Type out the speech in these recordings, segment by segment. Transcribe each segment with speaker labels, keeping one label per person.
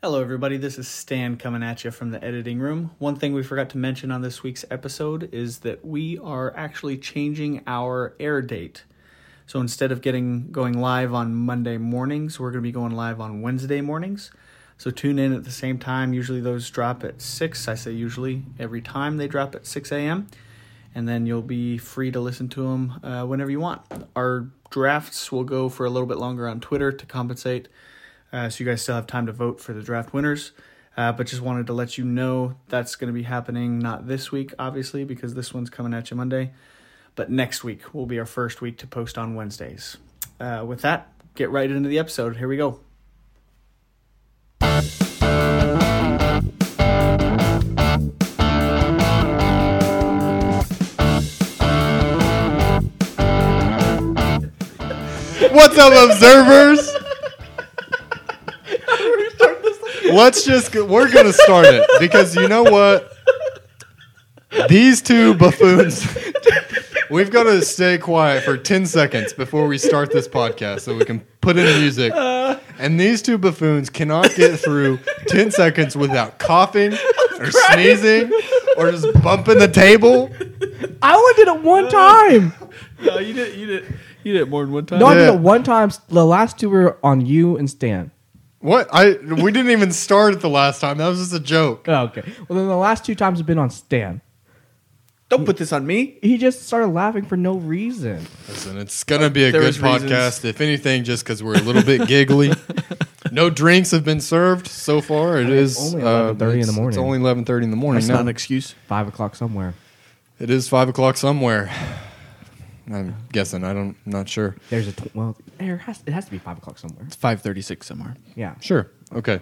Speaker 1: Hello, everybody. This is Stan coming at you from the editing room. One thing we forgot to mention on this week's episode is that we are actually changing our air date. So instead of getting going live on Monday mornings, we're going to be going live on Wednesday mornings. So tune in at the same time. Usually those drop at 6. I say usually every time they drop at 6 a.m. And then you'll be free to listen to them uh, whenever you want. Our drafts will go for a little bit longer on Twitter to compensate uh, so you guys still have time to vote for the draft winners. Uh, but just wanted to let you know that's going to be happening not this week, obviously, because this one's coming at you Monday, but next week will be our first week to post on Wednesdays. Uh, with that, get right into the episode. Here we go.
Speaker 2: What's up, observers? Let's just go, we're gonna start it because you know what? These two buffoons. We've got to stay quiet for ten seconds before we start this podcast, so we can put in music. And these two buffoons cannot get through ten seconds without coughing or sneezing or just bumping the table.
Speaker 3: I only did it one time.
Speaker 1: No, you did. You did. You did more than one time.
Speaker 3: No, I did
Speaker 2: Yeah.
Speaker 3: it one time. The last two were on you and Stan.
Speaker 2: What I we didn't even start it the last time. That was just a joke.
Speaker 3: Oh, okay. Well, then the last two times have been on Stan.
Speaker 1: don't put this on me.
Speaker 3: He just started laughing for no reason.
Speaker 2: Listen, it's gonna be a
Speaker 1: Uh, There
Speaker 2: good
Speaker 1: was reasons.
Speaker 2: podcast. If anything, just because we're a little bit giggly. No drinks have been served so far. It is
Speaker 3: only
Speaker 2: uh,
Speaker 3: 11:30 in the
Speaker 2: it's- It's
Speaker 3: morning.
Speaker 2: only eleven thirty in the morning.
Speaker 1: That's
Speaker 2: now.
Speaker 1: not an excuse.
Speaker 3: Five o'clock somewhere.
Speaker 2: it is five o'clock somewhere. I'm guessing. I don't. Not sure.
Speaker 3: There's a tw- well. There has it has to be five o'clock somewhere.
Speaker 1: It's five thirty-six somewhere.
Speaker 3: Yeah.
Speaker 2: Sure. Okay.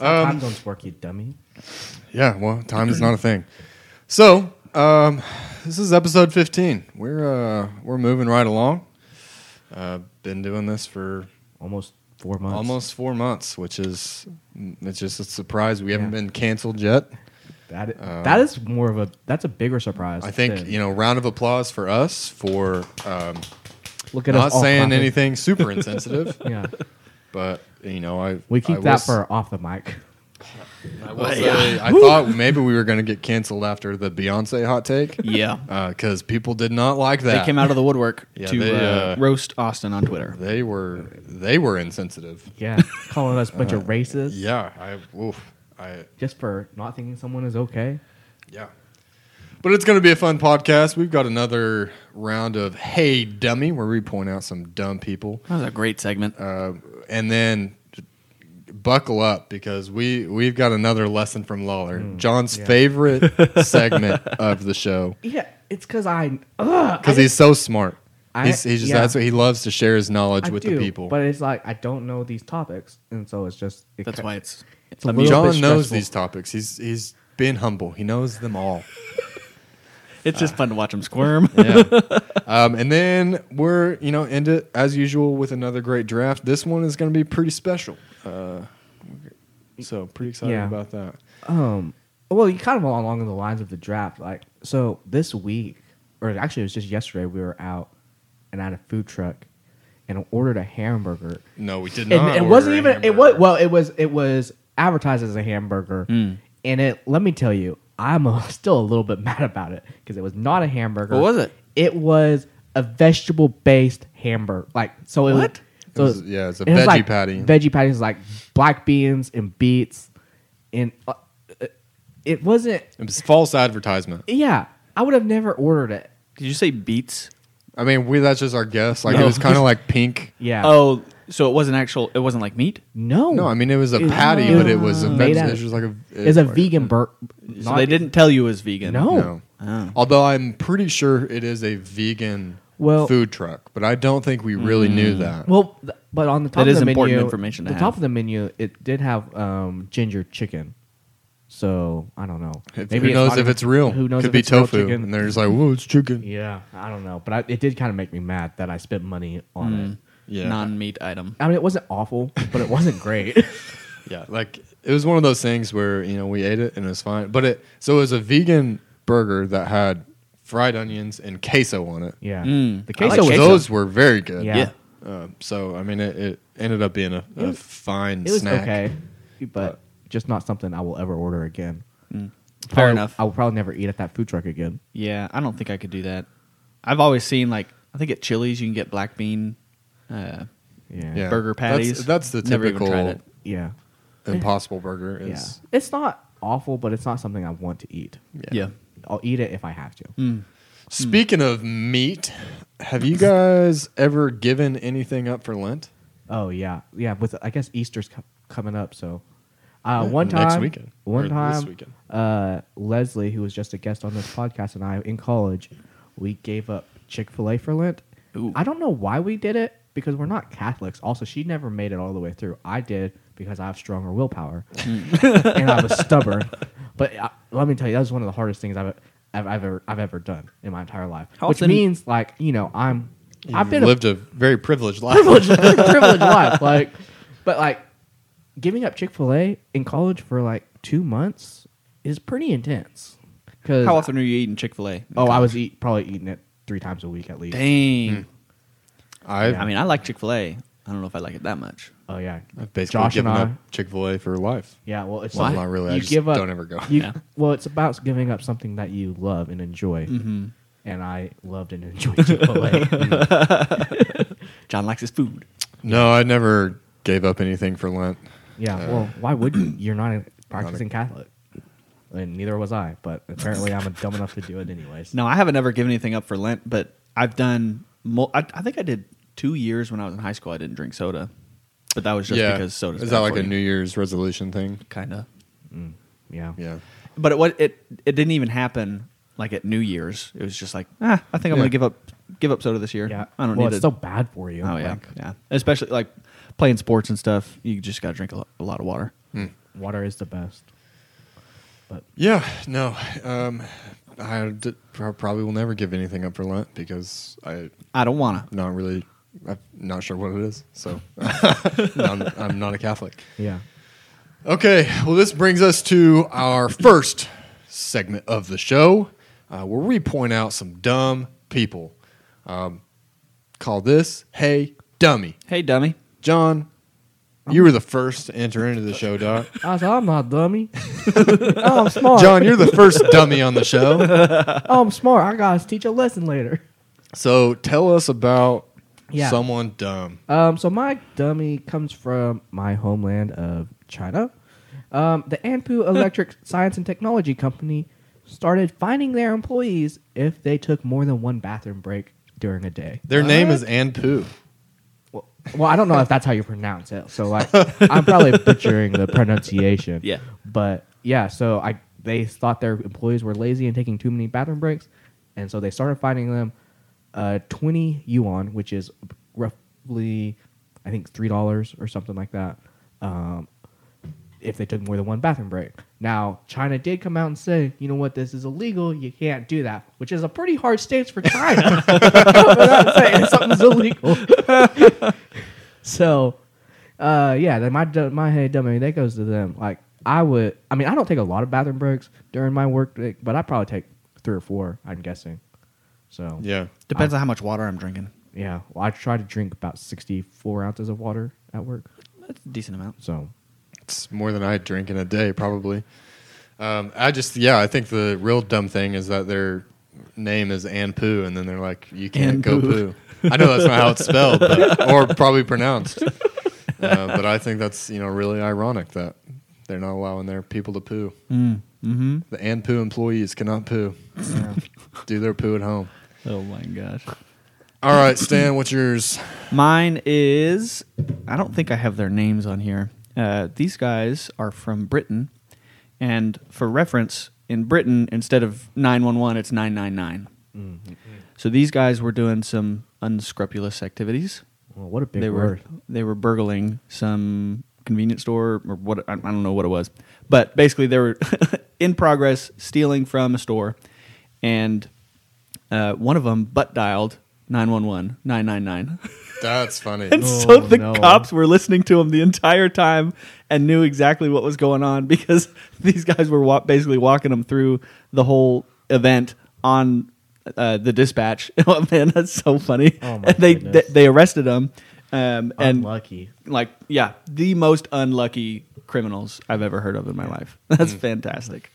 Speaker 2: Um,
Speaker 3: time zones work, you dummy.
Speaker 2: Yeah. Well, time is not a thing. So um, this is episode fifteen. We're uh, we're moving right along. Uh, been doing this for
Speaker 3: Almost four months.
Speaker 2: almost four months, which is it's just a surprise. We haven't
Speaker 3: Yeah.
Speaker 2: been canceled yet.
Speaker 3: That i- that is more of a that's a bigger surprise.
Speaker 2: I think you know, round of applause for us for um,
Speaker 3: Look at
Speaker 2: not
Speaker 3: us all
Speaker 2: saying
Speaker 3: clapping.
Speaker 2: anything super insensitive,
Speaker 3: Yeah.
Speaker 2: but you know, I
Speaker 3: We
Speaker 2: I
Speaker 3: keep
Speaker 2: will
Speaker 3: that
Speaker 2: s-
Speaker 3: for off the mic.
Speaker 2: I, will say, I thought maybe we were going to get canceled after the Beyonce hot take
Speaker 1: Yeah,
Speaker 2: because people did not like that.
Speaker 1: they came out of the woodwork
Speaker 2: Yeah,
Speaker 1: to
Speaker 2: they,
Speaker 1: uh,
Speaker 2: uh,
Speaker 1: roast Austin on Twitter.
Speaker 2: They were they were insensitive.
Speaker 3: Yeah. Calling us a bunch of racists
Speaker 2: Yeah, I oof, I
Speaker 3: just for not thinking someone is okay.
Speaker 2: Yeah. But it's going to be a fun podcast. We've got another round of Hey Dummy, where we point out some dumb people.
Speaker 1: That was a great segment.
Speaker 2: Uh, and then buckle up because we, we've got another lesson from Lawler,
Speaker 3: Hmm.
Speaker 2: John's favorite segment of the show
Speaker 3: Yeah, it's because I ugh,
Speaker 2: because he's so smart.
Speaker 3: I-
Speaker 2: he's, he's just,
Speaker 3: yeah.
Speaker 2: That's what he loves to share his knowledge
Speaker 3: I
Speaker 2: with
Speaker 3: do,
Speaker 2: the people.
Speaker 3: But it's like I don't know these topics, and so it's just it
Speaker 1: That's
Speaker 3: ki-
Speaker 1: why it's.
Speaker 3: It's a
Speaker 1: I mean,
Speaker 3: little
Speaker 2: John
Speaker 3: bit
Speaker 2: knows
Speaker 3: stressful.
Speaker 2: these topics. He's, he's being humble, he knows them all.
Speaker 1: It's just fun to watch him squirm.
Speaker 2: yeah. Um, and then we're you know end it as usual with another great draft. This one is going to be pretty special. Uh, so pretty excited
Speaker 3: Yeah.
Speaker 2: about that.
Speaker 3: Um, well, you kind of along the lines of the draft. Like, so this week, or actually, it was just yesterday, we were out and at a food truck and ordered a hamburger.
Speaker 2: No, we did
Speaker 3: And it wasn't even. It was well. It was. It was advertised as a hamburger,
Speaker 1: Hmm.
Speaker 3: and it. Let me tell you, I'm uh still a little bit mad about it because it was not a hamburger.
Speaker 1: What was it?
Speaker 3: It was a vegetable based hamburger. Like so. It
Speaker 1: What?
Speaker 3: so
Speaker 2: It was- yeah, it's a
Speaker 3: it was
Speaker 2: veggie
Speaker 3: like
Speaker 2: patty.
Speaker 3: Veggie patties like black beans and beets, and uh, uh, it wasn't.
Speaker 2: It was false advertisement.
Speaker 3: Yeah, I would have never ordered it.
Speaker 1: Did you say beats?
Speaker 2: I mean, we that's just our guess. Like it
Speaker 1: No.
Speaker 2: was kind of like pink.
Speaker 3: Yeah.
Speaker 1: Oh, so it wasn't actual. It wasn't like meat.
Speaker 3: no.
Speaker 2: No, I mean it was a
Speaker 3: It-
Speaker 2: patty,
Speaker 3: it
Speaker 2: but it was a
Speaker 3: made
Speaker 2: veg-
Speaker 3: out
Speaker 2: it was
Speaker 3: of-
Speaker 2: like a
Speaker 3: It's a vegan burger.
Speaker 1: So they didn't tell you it was vegan.
Speaker 3: e- No.
Speaker 2: No.
Speaker 3: Oh.
Speaker 2: Although I'm pretty sure it is a vegan
Speaker 3: Well- Mm.
Speaker 2: food truck, but I don't think we really knew that.
Speaker 3: Well, th- but on the top
Speaker 1: That
Speaker 3: of
Speaker 1: is
Speaker 3: the
Speaker 1: important
Speaker 3: menu,
Speaker 1: information to
Speaker 3: the
Speaker 1: have.
Speaker 3: top of the menu, it did have um, ginger chicken. So I don't know.
Speaker 2: If-
Speaker 3: Maybe
Speaker 2: who knows
Speaker 3: not
Speaker 2: if
Speaker 3: even-
Speaker 2: it's real?
Speaker 3: Who knows?
Speaker 2: Could
Speaker 3: if
Speaker 2: be
Speaker 3: it's real
Speaker 2: tofu,
Speaker 3: chicken.
Speaker 2: and they're just like, "Whoa, it's chicken."
Speaker 3: yeah, I don't know, but I, it did kind of make me mad that I spent money on
Speaker 1: Mm.
Speaker 3: it.
Speaker 2: Yeah.
Speaker 1: non-meat item.
Speaker 3: I mean, it wasn't awful, but it wasn't great.
Speaker 2: Yeah, like it was one of those things where you know we ate it and it was fine, but it so it was a vegan burger that had fried onions and queso on it.
Speaker 3: yeah,
Speaker 1: Mm.
Speaker 3: the
Speaker 1: I
Speaker 3: queso
Speaker 1: like
Speaker 2: So
Speaker 3: was
Speaker 1: queso.
Speaker 2: those were very good.
Speaker 3: Yeah.
Speaker 1: Yeah.
Speaker 2: Um, so I mean, it, it ended up being a, a fine
Speaker 3: it was
Speaker 2: snack.
Speaker 3: okay, but just not something I will ever order again.
Speaker 1: Mm. Fair
Speaker 3: Probably-
Speaker 1: enough.
Speaker 3: I will probably never eat at that food truck again.
Speaker 1: Yeah, I don't think I could do that. I've always seen like I think at Chili's you can get black bean uh,
Speaker 3: Yeah.
Speaker 2: Yeah.
Speaker 1: burger
Speaker 2: That's-
Speaker 1: patties.
Speaker 2: that's the
Speaker 1: Never even tried
Speaker 2: typical-
Speaker 3: Yeah.
Speaker 2: Impossible Burger
Speaker 3: Yeah.
Speaker 2: is.
Speaker 3: It's not awful, but it's not something I want to eat.
Speaker 1: it. Yeah.
Speaker 3: I'll eat it if I have to.
Speaker 2: Mm. Speaking of meat, have you guys ever given anything up for Lent?
Speaker 3: Oh yeah, yeah. With I guess Easter's co- coming up, so uh, one time,
Speaker 2: next weekend, or
Speaker 3: one
Speaker 2: this
Speaker 3: time,
Speaker 2: weekend.
Speaker 3: Uh, Leslie, who was just a guest on this podcast, and I in college, we gave up Chick Fil A for Lent.
Speaker 1: Ooh.
Speaker 3: I don't know why we did it because we're not Catholics. Also, she never made it all the way through. I did because I have stronger willpower and I was stubborn. But I, let me tell you, that was one of the hardest things I've. I've, I've ever I've ever done in my entire life,
Speaker 1: How
Speaker 3: which
Speaker 1: often-
Speaker 3: means like you know I'm I've been a
Speaker 2: lived a, very privileged life.
Speaker 3: privileged, privileged life. Like, but like giving up Chick Fil A in college for like two months is pretty intense. Because
Speaker 1: How often are you eating Chick Fil A?
Speaker 3: Oh, I was eat, probably eating it three times a week at least.
Speaker 1: Dang.
Speaker 2: Hmm. I've,
Speaker 1: I mean, I like Chick Fil A. I don't know if I like it that much.
Speaker 3: Oh yeah,
Speaker 2: I've basically
Speaker 3: Josh
Speaker 2: given
Speaker 3: and I-
Speaker 2: up Chick Fil A for life.
Speaker 3: Yeah, well, it's
Speaker 2: Well,
Speaker 3: something-
Speaker 2: not really. I just don't ever go.
Speaker 3: you-
Speaker 1: Yeah.
Speaker 3: Well, it's about giving up something that you love and enjoy.
Speaker 1: Mm-hmm.
Speaker 3: And I loved and enjoyed Chick Fil A.
Speaker 1: John likes his food.
Speaker 2: No, I never gave up anything for Lent.
Speaker 3: yeah. Well, why would you? You're not a practicing Catholic, and neither was I. But apparently, I'm dumb enough to do it anyways.
Speaker 1: No, I haven't ever given anything up for Lent, but I've done. Mo- I, I think I did two years when I was in high school. I didn't drink soda, but that was just
Speaker 2: yeah,
Speaker 1: because soda's
Speaker 2: is
Speaker 1: bad
Speaker 2: that like
Speaker 1: for
Speaker 2: a
Speaker 1: you.
Speaker 2: New Year's resolution thing?
Speaker 1: kind of?
Speaker 3: Yeah.
Speaker 2: Yeah,
Speaker 1: But it, what it it didn't even happen like at New Year's. It was just like ah, I think I'm
Speaker 2: Yeah.
Speaker 1: gonna give up give up soda this year.
Speaker 3: Yeah,
Speaker 1: I don't
Speaker 3: well,
Speaker 1: need
Speaker 3: it's
Speaker 1: to.
Speaker 3: so bad for you.
Speaker 1: oh yeah,
Speaker 3: Like,
Speaker 1: yeah. Especially like playing sports and stuff. You just gotta drink a lot, a lot of water.
Speaker 3: water is the best. But
Speaker 2: yeah. No, um, I d- pro- probably will never give anything up for Lent because I
Speaker 1: I don't wanna.
Speaker 2: not really. I'm not sure what it is, so I'm, I'm not a Catholic.
Speaker 3: yeah,
Speaker 2: Okay, well, this brings us to our first segment of the show uh, where we point out some dumb people. Um, call this Hey Dummy.
Speaker 1: Hey, dummy.
Speaker 2: John, you were the first to enter into the show, Doc.
Speaker 3: I was, I'm not dummy. oh, I'm smart.
Speaker 2: John, you're the first dummy on the show.
Speaker 3: Oh, I'm smart. I gotta teach a lesson later.
Speaker 2: So tell us about
Speaker 3: Yeah.
Speaker 2: someone dumb.
Speaker 3: Um, so my dummy comes from my homeland of China. Um, the Anpu Electric Science and Technology Company started fining their employees if they took more than one bathroom break during a day.
Speaker 2: Their name is Ann Poo.
Speaker 3: Well, I don't know if that's how you pronounce it. So like, I'm probably butchering the pronunciation.
Speaker 1: Yeah.
Speaker 3: But yeah, so I they thought their employees were lazy and taking too many bathroom breaks, and so they started fining them uh, 20 yuan, which is roughly, I think three dollars or something like that, um, if they took more than one bathroom break. Now, China did come out and say, you know what, this is illegal. You can't do that, which is a pretty hard stance for China. Come out and say something's illegal. So, uh, yeah, then my du- my hey dummy that goes to them. Like I would, I mean, I don't take a lot of bathroom breaks during my work, day, but I probably take three or four. I'm guessing. So
Speaker 2: Yeah.
Speaker 1: Depends on how much water I'm drinking.
Speaker 3: yeah. Well, I try to drink about sixty four ounces of water at work.
Speaker 1: That's a decent amount.
Speaker 3: So
Speaker 2: It's more than I drink in a day, probably. Um, I just, yeah, I think the real dumb thing is that their name is Ann Poo, and then they're like, you can't
Speaker 1: Ann
Speaker 2: go
Speaker 1: Poo.
Speaker 2: poo. I know that's not how it's spelled, but, or probably pronounced. Uh, but I think that's, you know, really ironic that they're not allowing their people to poo.
Speaker 3: Mm.
Speaker 1: Mm-hmm.
Speaker 2: The Ann Poo employees cannot poo,
Speaker 3: yeah.
Speaker 2: do their poo at home.
Speaker 1: Oh my gosh.
Speaker 2: All right, Stan, what's yours?
Speaker 1: Mine is. I don't think I have their names on here. Uh, these guys are from Britain, and for reference, in Britain, instead of nine one one, it's nine nine nine.
Speaker 3: Mm-hmm.
Speaker 1: So these guys were doing some unscrupulous activities.
Speaker 3: well, what a big
Speaker 1: they
Speaker 3: word.
Speaker 1: were they were burgling some convenience store or what I, I don't know what it was, but basically they were in progress stealing from a store, and uh, one of them butt dialed 911 999
Speaker 2: That's funny.
Speaker 1: and
Speaker 3: Oh,
Speaker 1: so the
Speaker 3: no.
Speaker 1: cops were listening to him the entire time and knew exactly what was going on because these guys were wa- basically walking him through the whole event on uh, the dispatch. oh man, that's so funny.
Speaker 3: Oh, my
Speaker 1: and they, they
Speaker 3: goodness.
Speaker 1: they arrested him. Um, and
Speaker 3: Unlucky.
Speaker 1: like yeah, the most unlucky criminals I've ever heard of in my life. That's
Speaker 3: Mm.
Speaker 1: fantastic.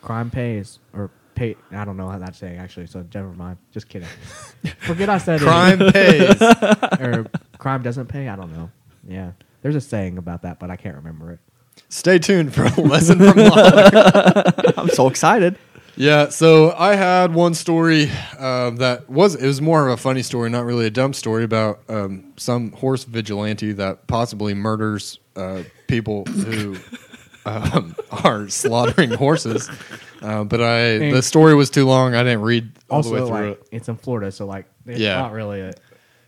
Speaker 3: Crime pays, or pay. I don't know how that's saying actually. So never mind. Just kidding. Forget I said it.
Speaker 2: Crime pays.
Speaker 3: or crime doesn't pay. I don't know. Yeah, there's a saying about that, but I can't remember it.
Speaker 2: Stay tuned for a lesson from Locke.
Speaker 1: I'm so excited.
Speaker 2: Yeah, so I had one story um, that was it was more of a funny story, not really a dumb story about um, some horse vigilante that possibly murders uh, people who um, are slaughtering horses. Uh, but I the story was too long. I didn't read all
Speaker 3: also,
Speaker 2: the way through
Speaker 3: like
Speaker 2: it.
Speaker 3: it's in Florida, so like it's
Speaker 2: Yeah.
Speaker 3: not really. A,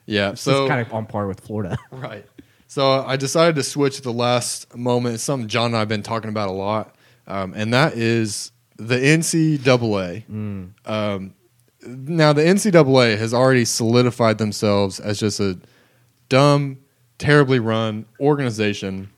Speaker 2: Yeah,
Speaker 3: so
Speaker 2: so
Speaker 3: it's kind of on par with Florida.
Speaker 2: Right. So I decided to switch at the last moment. It's something John and I have been talking about a lot, um, and that is the NCAA. Um, now, the NCAA has already solidified themselves as just a dumb, terribly run organization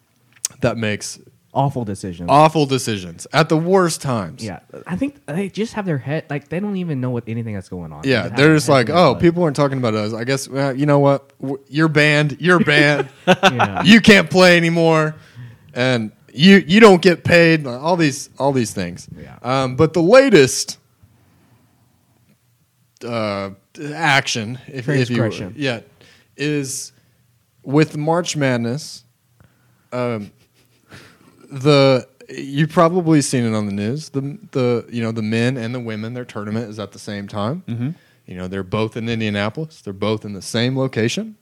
Speaker 2: that makes
Speaker 3: Awful decision.
Speaker 2: awful decisions at the worst times.
Speaker 3: yeah, I think they just have their head like they don't even know what anything that's going on.
Speaker 2: Yeah,
Speaker 3: have
Speaker 2: they're
Speaker 3: their
Speaker 2: just
Speaker 3: head
Speaker 2: like,
Speaker 3: in
Speaker 2: oh,
Speaker 3: the-
Speaker 2: people aren't talking about us. I guess, well, you know what? W- You're banned. You're banned.
Speaker 3: Yeah.
Speaker 2: you can't play anymore, and you you don't get paid. All these all these things.
Speaker 3: Yeah.
Speaker 2: Um, but the latest uh, action, if, if you
Speaker 3: Transgression.
Speaker 2: yeah, is with March Madness. Um, the you've probably seen it on the news. The the you know the men and the women their tournament is at the same time. Mm-hmm. You know they're both in Indianapolis. They're both in the same location.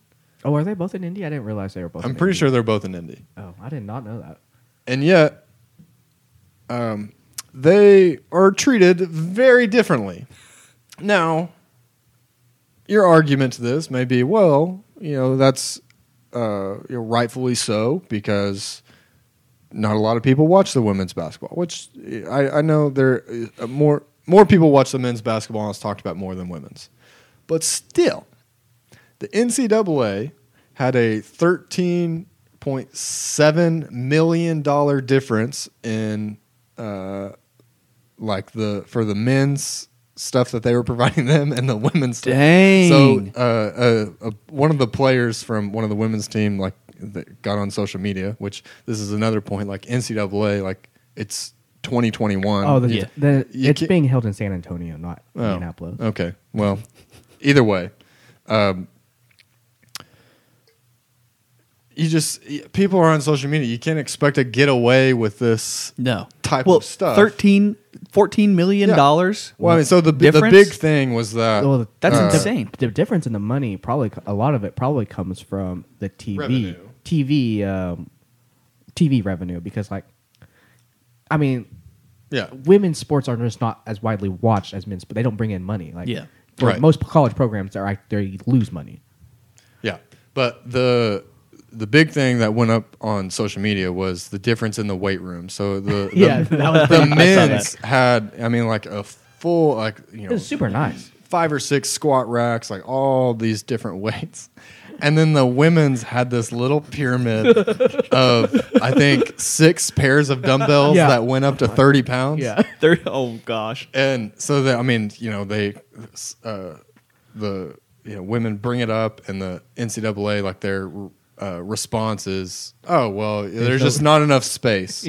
Speaker 3: Oh, are they both in India? I didn't realize they were both.
Speaker 2: I'm
Speaker 3: in
Speaker 2: pretty
Speaker 3: Indy.
Speaker 2: sure they're both in Indy.
Speaker 3: Oh, I did not know that.
Speaker 2: and yet um, they are treated very differently. Now, your argument to this may be, well, you know, that's uh, you know, rightfully so because not a lot of people watch the women's basketball. Which uh, I, I know there uh, more more people watch the men's basketball, and it's talked about more than women's. But still, the NCAA had a thirteen point seven million dollar difference in uh, like the for the men's stuff that they were providing them and the women's stuff.
Speaker 1: Dang.
Speaker 2: So uh, uh, uh, one of the players from one of the women's team like that got on social media, which this is another point. Like NCAA, like it's 2021.
Speaker 3: Oh, the,
Speaker 2: You-
Speaker 3: the,
Speaker 2: you
Speaker 3: it's
Speaker 2: can't- Oh.
Speaker 3: being held in San Antonio, not Indianapolis.
Speaker 2: Okay. Well, either way, um, you just y- people are on social media. You can't expect to get away with this.
Speaker 1: No.
Speaker 2: Type
Speaker 1: well,
Speaker 2: of stuff.
Speaker 1: 13 14 million
Speaker 2: Yeah.
Speaker 1: dollars.
Speaker 2: Well, I mean, so the the
Speaker 1: Difference?
Speaker 2: big thing was that. uh,
Speaker 3: Well, the-
Speaker 1: That's
Speaker 3: the-
Speaker 1: insane.
Speaker 3: The difference in the money probably a lot of it probably comes from the TV
Speaker 2: Revenue.
Speaker 3: TV um, TV revenue because like I mean
Speaker 2: yeah.
Speaker 3: women's sports are just not as widely watched as men's but they don't bring in money like
Speaker 1: Yeah.
Speaker 3: for
Speaker 2: Right.
Speaker 3: most college programs they're like, they lose money
Speaker 2: Yeah, but the the big thing that went up on social media was the difference in the weight room. So the, the
Speaker 3: Yeah, that was
Speaker 2: the
Speaker 3: pretty- I saw
Speaker 2: men's had, I mean, like a full like you
Speaker 3: it
Speaker 2: know
Speaker 3: was super nice
Speaker 2: five or six squat racks, like all these different weights. And then the women's had this little pyramid of I think six pairs of dumbbells
Speaker 3: Yeah. Oh
Speaker 2: that went up to thirty pounds.
Speaker 1: Thir- oh gosh.
Speaker 2: And so that I mean, you know, they uh, the you know women bring it up, and the NCAA like their uh, response is, "Oh well, there's,
Speaker 3: no-
Speaker 2: just not enough space."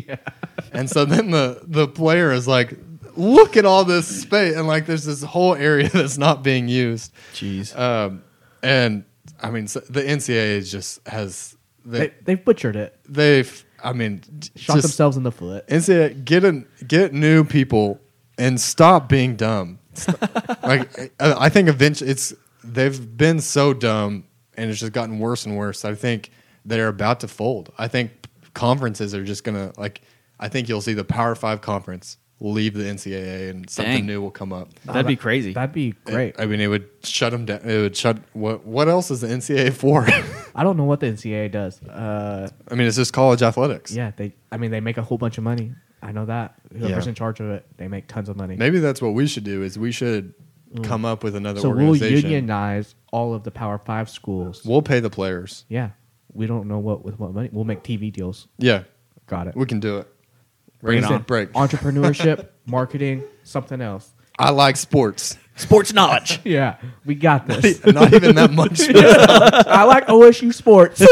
Speaker 2: And so then the the player is like, "Look at all this space," and like there's this whole area that's not being used.
Speaker 1: Jeez.
Speaker 2: Um, and I mean, so the NCAA is just has
Speaker 3: they,
Speaker 2: they
Speaker 3: they butchered it
Speaker 2: they've I mean
Speaker 3: shot
Speaker 2: just-
Speaker 3: themselves in the foot
Speaker 2: and say get in, get new people and stop being dumb. like I I think eventually it's they've been so dumb and it's just gotten worse and worse. I think they're about to fold. I think conferences are just gonna like. I think you'll see the Power Five conference leave the NCAA and something
Speaker 1: Dang.
Speaker 2: new will come up.
Speaker 1: That'd be crazy.
Speaker 3: that'd be great
Speaker 2: I mean, it would shut them down. It would shut. What What else is the NCAA for?
Speaker 3: I don't know what the NCAA does uh,
Speaker 2: I mean, it's just college athletics.
Speaker 3: Yeah, they. I mean, they make a whole bunch of money. I know that. Whoever's
Speaker 2: Yeah.
Speaker 3: in charge of it, they make tons of money.
Speaker 2: Maybe that's what we should do. Is we should come up with another
Speaker 3: Mm. so we'll
Speaker 2: organization.
Speaker 3: unionize all of the Power Five schools.
Speaker 2: We'll pay the players.
Speaker 3: yeah, we don't know what with what money. We'll make TV deals.
Speaker 2: Yeah,
Speaker 3: Got it.
Speaker 2: we can do it.
Speaker 1: Bring it
Speaker 2: Listen,
Speaker 1: on.
Speaker 2: Break.
Speaker 3: Entrepreneurship, marketing, something else.
Speaker 2: I like sports.
Speaker 1: Sports knowledge.
Speaker 3: Yeah, we got this.
Speaker 2: Not even that much.
Speaker 3: I like OSU sports.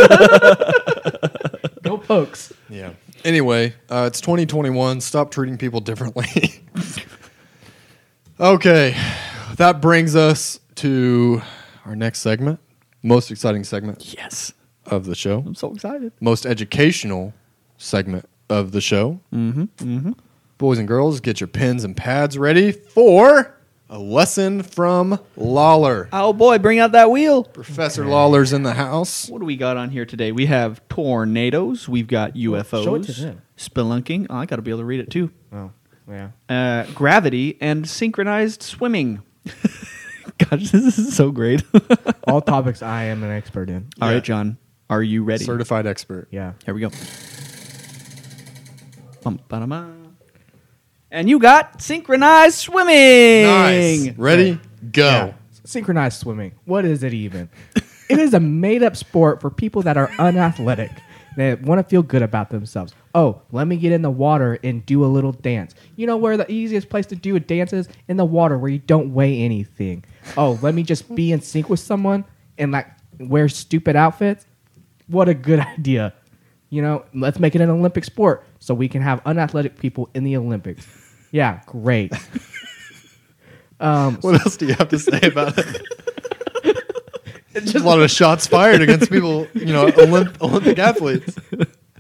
Speaker 3: Go Pokes.
Speaker 2: yeah. Anyway, uh, it's 2021. Stop treating people differently. okay, that brings us to our next segment, most exciting segment
Speaker 1: Yes.
Speaker 2: of the show,
Speaker 1: I'm so excited.
Speaker 2: most educational segment of the show.
Speaker 1: Mm-hmm. Mm-hmm.
Speaker 2: Boys and girls, get your pens and pads ready for a lesson from Lawler.
Speaker 1: Oh boy, bring out that wheel.
Speaker 2: Professor Lawler's in the house.
Speaker 1: What do we got on here today? We have tornadoes. We've got UFOs.
Speaker 3: show it to them.
Speaker 1: Spelunking. Oh, I got to be able to read it too.
Speaker 3: Oh, yeah.
Speaker 1: Uh, gravity and synchronized swimming. Gosh, this is so great. All right,
Speaker 3: All topics I am an expert in.
Speaker 2: Yeah.
Speaker 1: John, are you ready?
Speaker 2: Certified expert.
Speaker 3: Yeah.
Speaker 1: here we go. Bum, ba-da-ma. And you got synchronized swimming.
Speaker 2: Nice. Ready? Go.
Speaker 3: Yeah. Synchronized swimming. What is it even? it is a made up sport for people that are unathletic. They want to feel good about themselves. Oh, let me get in the water and do a little dance. You know where the easiest place to do a dance is? In the water where you don't weigh anything. Oh, let me just be in sync with someone and like wear stupid outfits. What a good idea. You know, let's make it an Olympic sport so we can have unathletic people in the Olympics. Yeah, great. Um,
Speaker 2: What else do you have to say about it? It's just a lot of shots fired against people, you know, Olymp- Olympic athletes.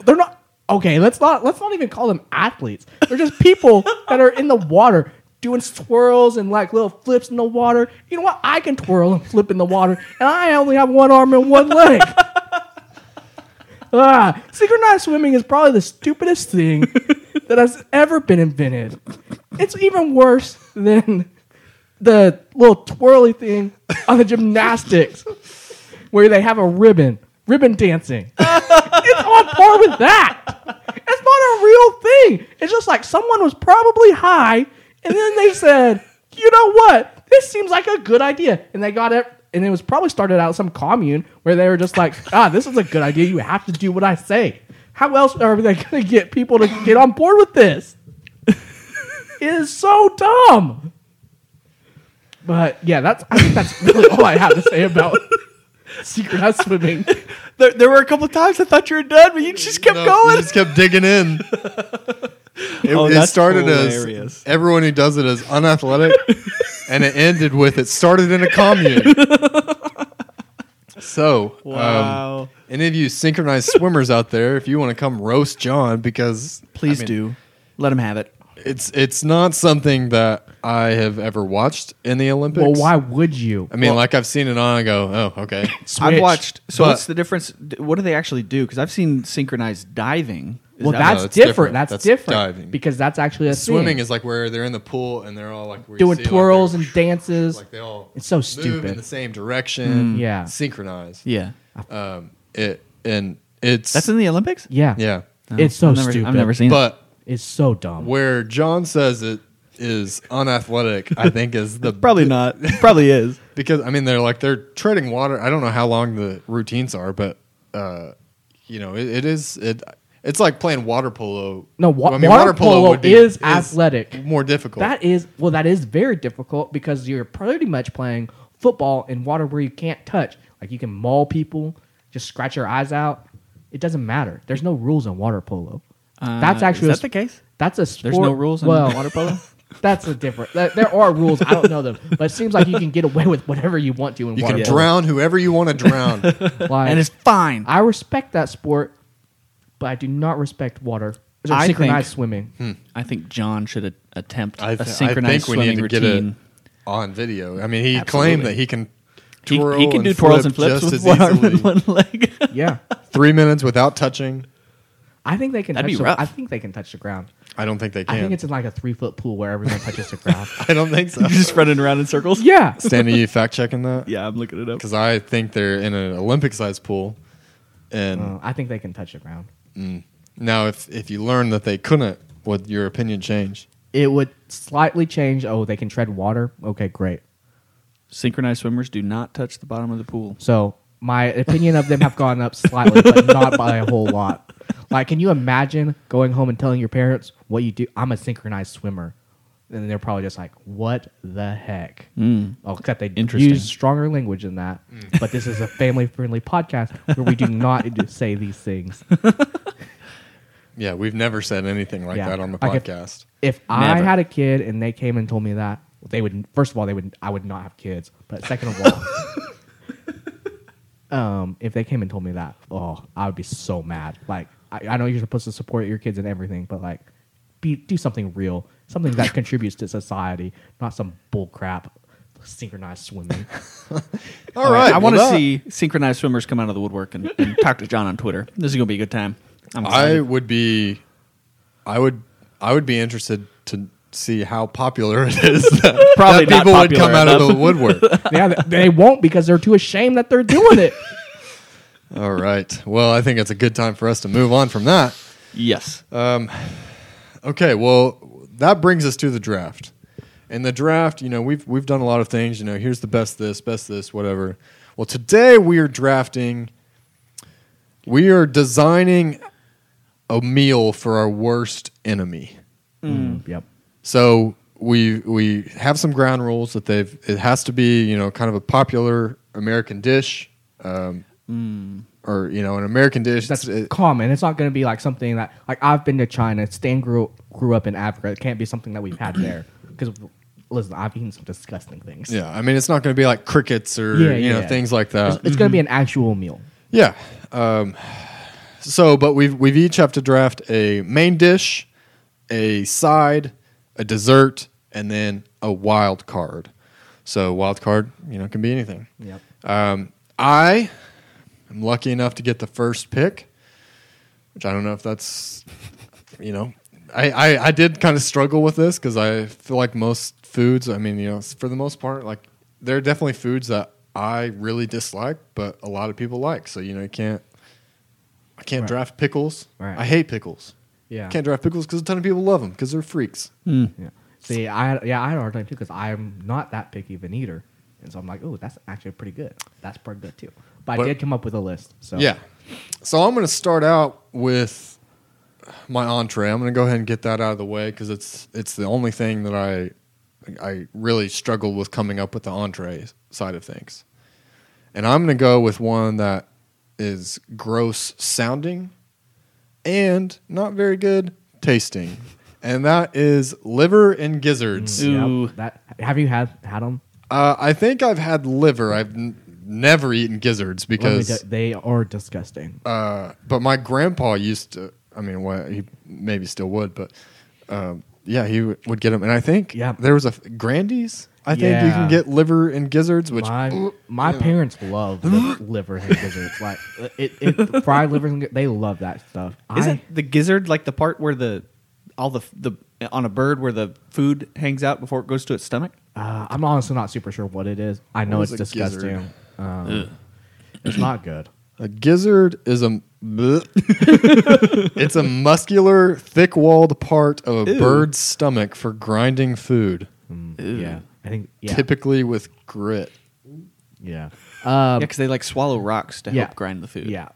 Speaker 3: they're not okay let's not let's not even call them athletes they're just people that are in the water doing swirls and like little flips in the water you know what i can twirl and flip in the water and i only have one arm and one leg ah, synchronized swimming is probably the stupidest thing that has ever been invented it's even worse than the little twirly thing on the gymnastics where they have a ribbon ribbon dancing it's on par with that. It's not a real thing. It's just like someone was probably high, and then they said, "You know what? This seems like a good idea," and they got it. And it was probably started out some commune where they were just like, "Ah, this is a good idea. You have to do what I say." How else are they going to get people to get on board with this? it is so dumb. But yeah, that's I think that's really all I have to say about synchronized swimming.
Speaker 1: There, there were a couple of times I thought you were done, but you just kept
Speaker 2: No,
Speaker 1: going.
Speaker 2: You just kept digging in. It,
Speaker 1: Oh,
Speaker 2: it
Speaker 1: that's
Speaker 2: started
Speaker 1: hilarious.
Speaker 2: as everyone who does it is unathletic, and it ended with it started in a commune. So, um,
Speaker 1: Wow.
Speaker 2: any of you synchronized swimmers out there, if you want to come roast John, because I
Speaker 1: Please
Speaker 2: mean,
Speaker 1: do. Let him have it.
Speaker 2: It's it's not something that I have ever watched in the Olympics.
Speaker 3: Well, why would you?
Speaker 2: I mean, like I've seen it on. I go, oh, okay.
Speaker 1: I've
Speaker 3: Switch.
Speaker 1: watched. So
Speaker 2: But-
Speaker 1: what's the difference? d- What do they actually do? Because I've seen synchronized diving. Is
Speaker 3: Well,
Speaker 1: that-
Speaker 3: that's
Speaker 2: it's
Speaker 3: different.
Speaker 2: different.
Speaker 3: That's,
Speaker 2: That's
Speaker 3: different
Speaker 2: diving.
Speaker 3: because that's actually a
Speaker 2: Swimming
Speaker 3: thing.
Speaker 2: is like where they're in the pool and they're all like where you
Speaker 3: doing
Speaker 2: see, like,
Speaker 3: twirls
Speaker 2: they're-
Speaker 3: and dances.
Speaker 2: Like they all
Speaker 3: It's so
Speaker 2: move in
Speaker 3: stupid.
Speaker 2: the same direction.
Speaker 3: Mm. Yeah.
Speaker 2: synchronized.
Speaker 1: yeah.
Speaker 2: Um, it and it's
Speaker 1: That's in the Olympics.
Speaker 3: Uh, yeah,
Speaker 2: yeah.
Speaker 3: It's so
Speaker 1: I've never,
Speaker 3: stupid.
Speaker 1: I've never seen.
Speaker 2: But
Speaker 3: It's so dumb.
Speaker 2: where John says it is unathletic, I think is the
Speaker 1: it. probably not. probably is.
Speaker 2: because I mean they're like they're treading water. I don't know how long the routines are, but uh, you know it, it is it. It's like playing water polo.
Speaker 3: No, wa-
Speaker 2: I
Speaker 3: water polo is athletic.
Speaker 2: more difficult.
Speaker 3: That is well, that is very difficult because you're pretty much playing football in water where you can't touch. Like you can maul people, just scratch your eyes out. It doesn't matter. There's no rules in water polo. that's
Speaker 1: Uh,
Speaker 3: actually
Speaker 1: is
Speaker 3: a
Speaker 1: that the
Speaker 3: sp-
Speaker 1: case.
Speaker 3: That's a sport.
Speaker 1: There's no rules in
Speaker 3: well,
Speaker 1: water polo.
Speaker 3: That's a different. There there are rules. I don't know them, but it seems like you can get away with whatever you want to in
Speaker 2: you
Speaker 3: water
Speaker 2: can
Speaker 3: polo.
Speaker 2: drown whoever you want to drown.
Speaker 3: Like-
Speaker 1: and it's fine.
Speaker 3: I respect that sport, but I do not respect water. Or
Speaker 1: I
Speaker 3: synchronized
Speaker 1: think-
Speaker 3: swimming.
Speaker 1: I think John should a- attempt
Speaker 2: I,
Speaker 1: a
Speaker 2: th-
Speaker 1: synchronized
Speaker 2: I think we
Speaker 1: swimming
Speaker 2: need to get
Speaker 1: routine.
Speaker 2: it on video. I mean, he
Speaker 1: Absolutely.
Speaker 2: claimed that he can
Speaker 1: He,
Speaker 2: twirl.
Speaker 1: he can do twirls and
Speaker 2: flip
Speaker 1: flips
Speaker 2: just
Speaker 1: with
Speaker 2: as
Speaker 1: one arm and
Speaker 2: easily.
Speaker 1: one leg.
Speaker 3: Yeah,
Speaker 2: Three minutes without touching.
Speaker 3: I think they can.
Speaker 1: That'd be
Speaker 3: touch the,
Speaker 1: rough.
Speaker 3: I think they can touch the ground.
Speaker 2: I don't think they can.
Speaker 3: I think it's in like a three foot pool where everyone touches the ground.
Speaker 2: I don't think so.
Speaker 1: You're just running around in circles.
Speaker 3: Yeah,
Speaker 2: Stan, are you fact checking that?
Speaker 1: Yeah, I'm looking it up.
Speaker 2: because I think they're in an Olympic sized pool. And
Speaker 1: Oh.
Speaker 3: Uh, I think they can touch the ground.
Speaker 2: now, if if you learn that they couldn't, would your opinion change?
Speaker 3: It would slightly change. Oh, they can tread water. Okay, great.
Speaker 1: Synchronized swimmers do not touch the bottom of the pool.
Speaker 3: So my opinion of them have gone up slightly, but not by a whole lot. Like, can you imagine going home and telling your parents what you do? I'm a synchronized swimmer. And they're probably just like, "What the heck?" Mm. Oh, except they
Speaker 1: Interesting.
Speaker 3: use stronger language than that. But this is a family-friendly podcast where we do not do- say these things.
Speaker 2: Yeah, we've never said anything like
Speaker 3: Yeah.
Speaker 2: that on the
Speaker 3: I could-
Speaker 2: podcast.
Speaker 3: If I
Speaker 1: Never.
Speaker 3: had a kid and they came and told me that, they would first of all they would I would not have kids. But second of all, um, if they came and told me that, oh, I would be so mad. Like I, I know you're supposed to support your kids and everything, but like, be do something real, something that contributes to society, not some bull crap. Synchronized swimming.
Speaker 2: All right,
Speaker 1: I want to
Speaker 2: well, that-
Speaker 1: see synchronized swimmers come out of the woodwork and, and talk to John on Twitter. This is gonna be a good time. I'm
Speaker 2: I
Speaker 1: excited.
Speaker 2: would be, I would, I would be interested to see how popular it is. That,
Speaker 1: Probably
Speaker 2: that
Speaker 1: not
Speaker 2: people would
Speaker 1: popular
Speaker 2: come out of
Speaker 1: enough.
Speaker 2: the woodwork.
Speaker 3: yeah, they- they won't because they're too ashamed that they're doing it.
Speaker 2: All right. Well, I think it's a good time for us to move on from that.
Speaker 1: yes.
Speaker 2: Okay, well, that brings us to the draft. And the draft, you know, we've we've done a lot of things. You know, here's the best this, best this, whatever. Well, today we are drafting. We are designing a meal for our worst enemy.
Speaker 3: Mm, yep.
Speaker 2: So we we have some ground rules that they've. It has to be you know kind of a popular American dish, um, or you know an American dish.
Speaker 3: Hmm. that's
Speaker 2: It's- it-
Speaker 3: common. It's not going to be like something that like I've been to China. Stan grew grew up in Africa. It can't be something that we've had there because listen, I've eaten some disgusting things.
Speaker 2: yeah, I mean it's not going to be like crickets or
Speaker 3: Yeah,
Speaker 2: you know
Speaker 3: yeah.
Speaker 2: things like that.
Speaker 3: it's, going to be an actual meal.
Speaker 2: Yeah. Um, so, but we've we've each have to draft a main dish, a side, a dessert, and then a wild card. So, wild card, you know, can be anything.
Speaker 3: Yep.
Speaker 2: Um, I am lucky enough to get the first pick, which I don't know if that's, you know, I, I, I did kind of struggle with this because I feel like most foods, I mean, you know, for the most part, like there are definitely foods that I really dislike, but a lot of people like. So, you know, you can't, I can't
Speaker 3: Right.
Speaker 2: draft pickles.
Speaker 3: Right.
Speaker 2: I hate pickles.
Speaker 3: Yeah.
Speaker 2: Can't draft pickles because a ton of people love them because they're freaks.
Speaker 3: Yeah. Mm. See, I yeah, I had a hard time too because I'm not that picky of an eater, and so I'm like, oh, that's actually pretty good. That's pretty good too. But,
Speaker 2: But-
Speaker 3: I did come up with a list. So
Speaker 2: Yeah. So I'm going to start out with my entree. I'm going to go ahead and get that out of the way because it's it's the only thing that I I really struggled with coming up with the entree side of things. And I'm going to go with one that is gross sounding and not very good tasting. And that is liver and gizzards.
Speaker 1: Mm.
Speaker 3: Yep.
Speaker 1: Ooh.
Speaker 3: that have you had had them?
Speaker 2: Uh, I think I've had liver. I've n- never eaten gizzards because
Speaker 3: they are disgusting.
Speaker 2: Uh, but my grandpa used to. I mean, well, he maybe still would, but um, yeah, he w- would get them. And I think
Speaker 3: Yeah.
Speaker 2: there was a f- Grandy's. I think you
Speaker 3: Yeah.
Speaker 2: can get liver and gizzards, which
Speaker 3: my my parents love li- liver and gizzards. Like it, it fried liver and gi- they love that stuff. I,
Speaker 1: Isn't the gizzard like the part where the all the the on a bird where the food hangs out before it goes to its stomach?
Speaker 3: uh, I'm honestly not super sure what it is. I know
Speaker 2: What
Speaker 3: it's
Speaker 2: is a
Speaker 3: disgusting.
Speaker 2: gizzard?
Speaker 3: Um, it's not good.
Speaker 2: a gizzard is a bleh. it's a muscular, thick-walled part of a
Speaker 1: Ew.
Speaker 2: bird's stomach for grinding food,
Speaker 3: Yeah, I think yeah,
Speaker 2: typically with grit.
Speaker 3: yeah, um,
Speaker 1: Yeah, because they like swallow rocks to
Speaker 3: yeah.
Speaker 1: help grind the food.
Speaker 3: yeah.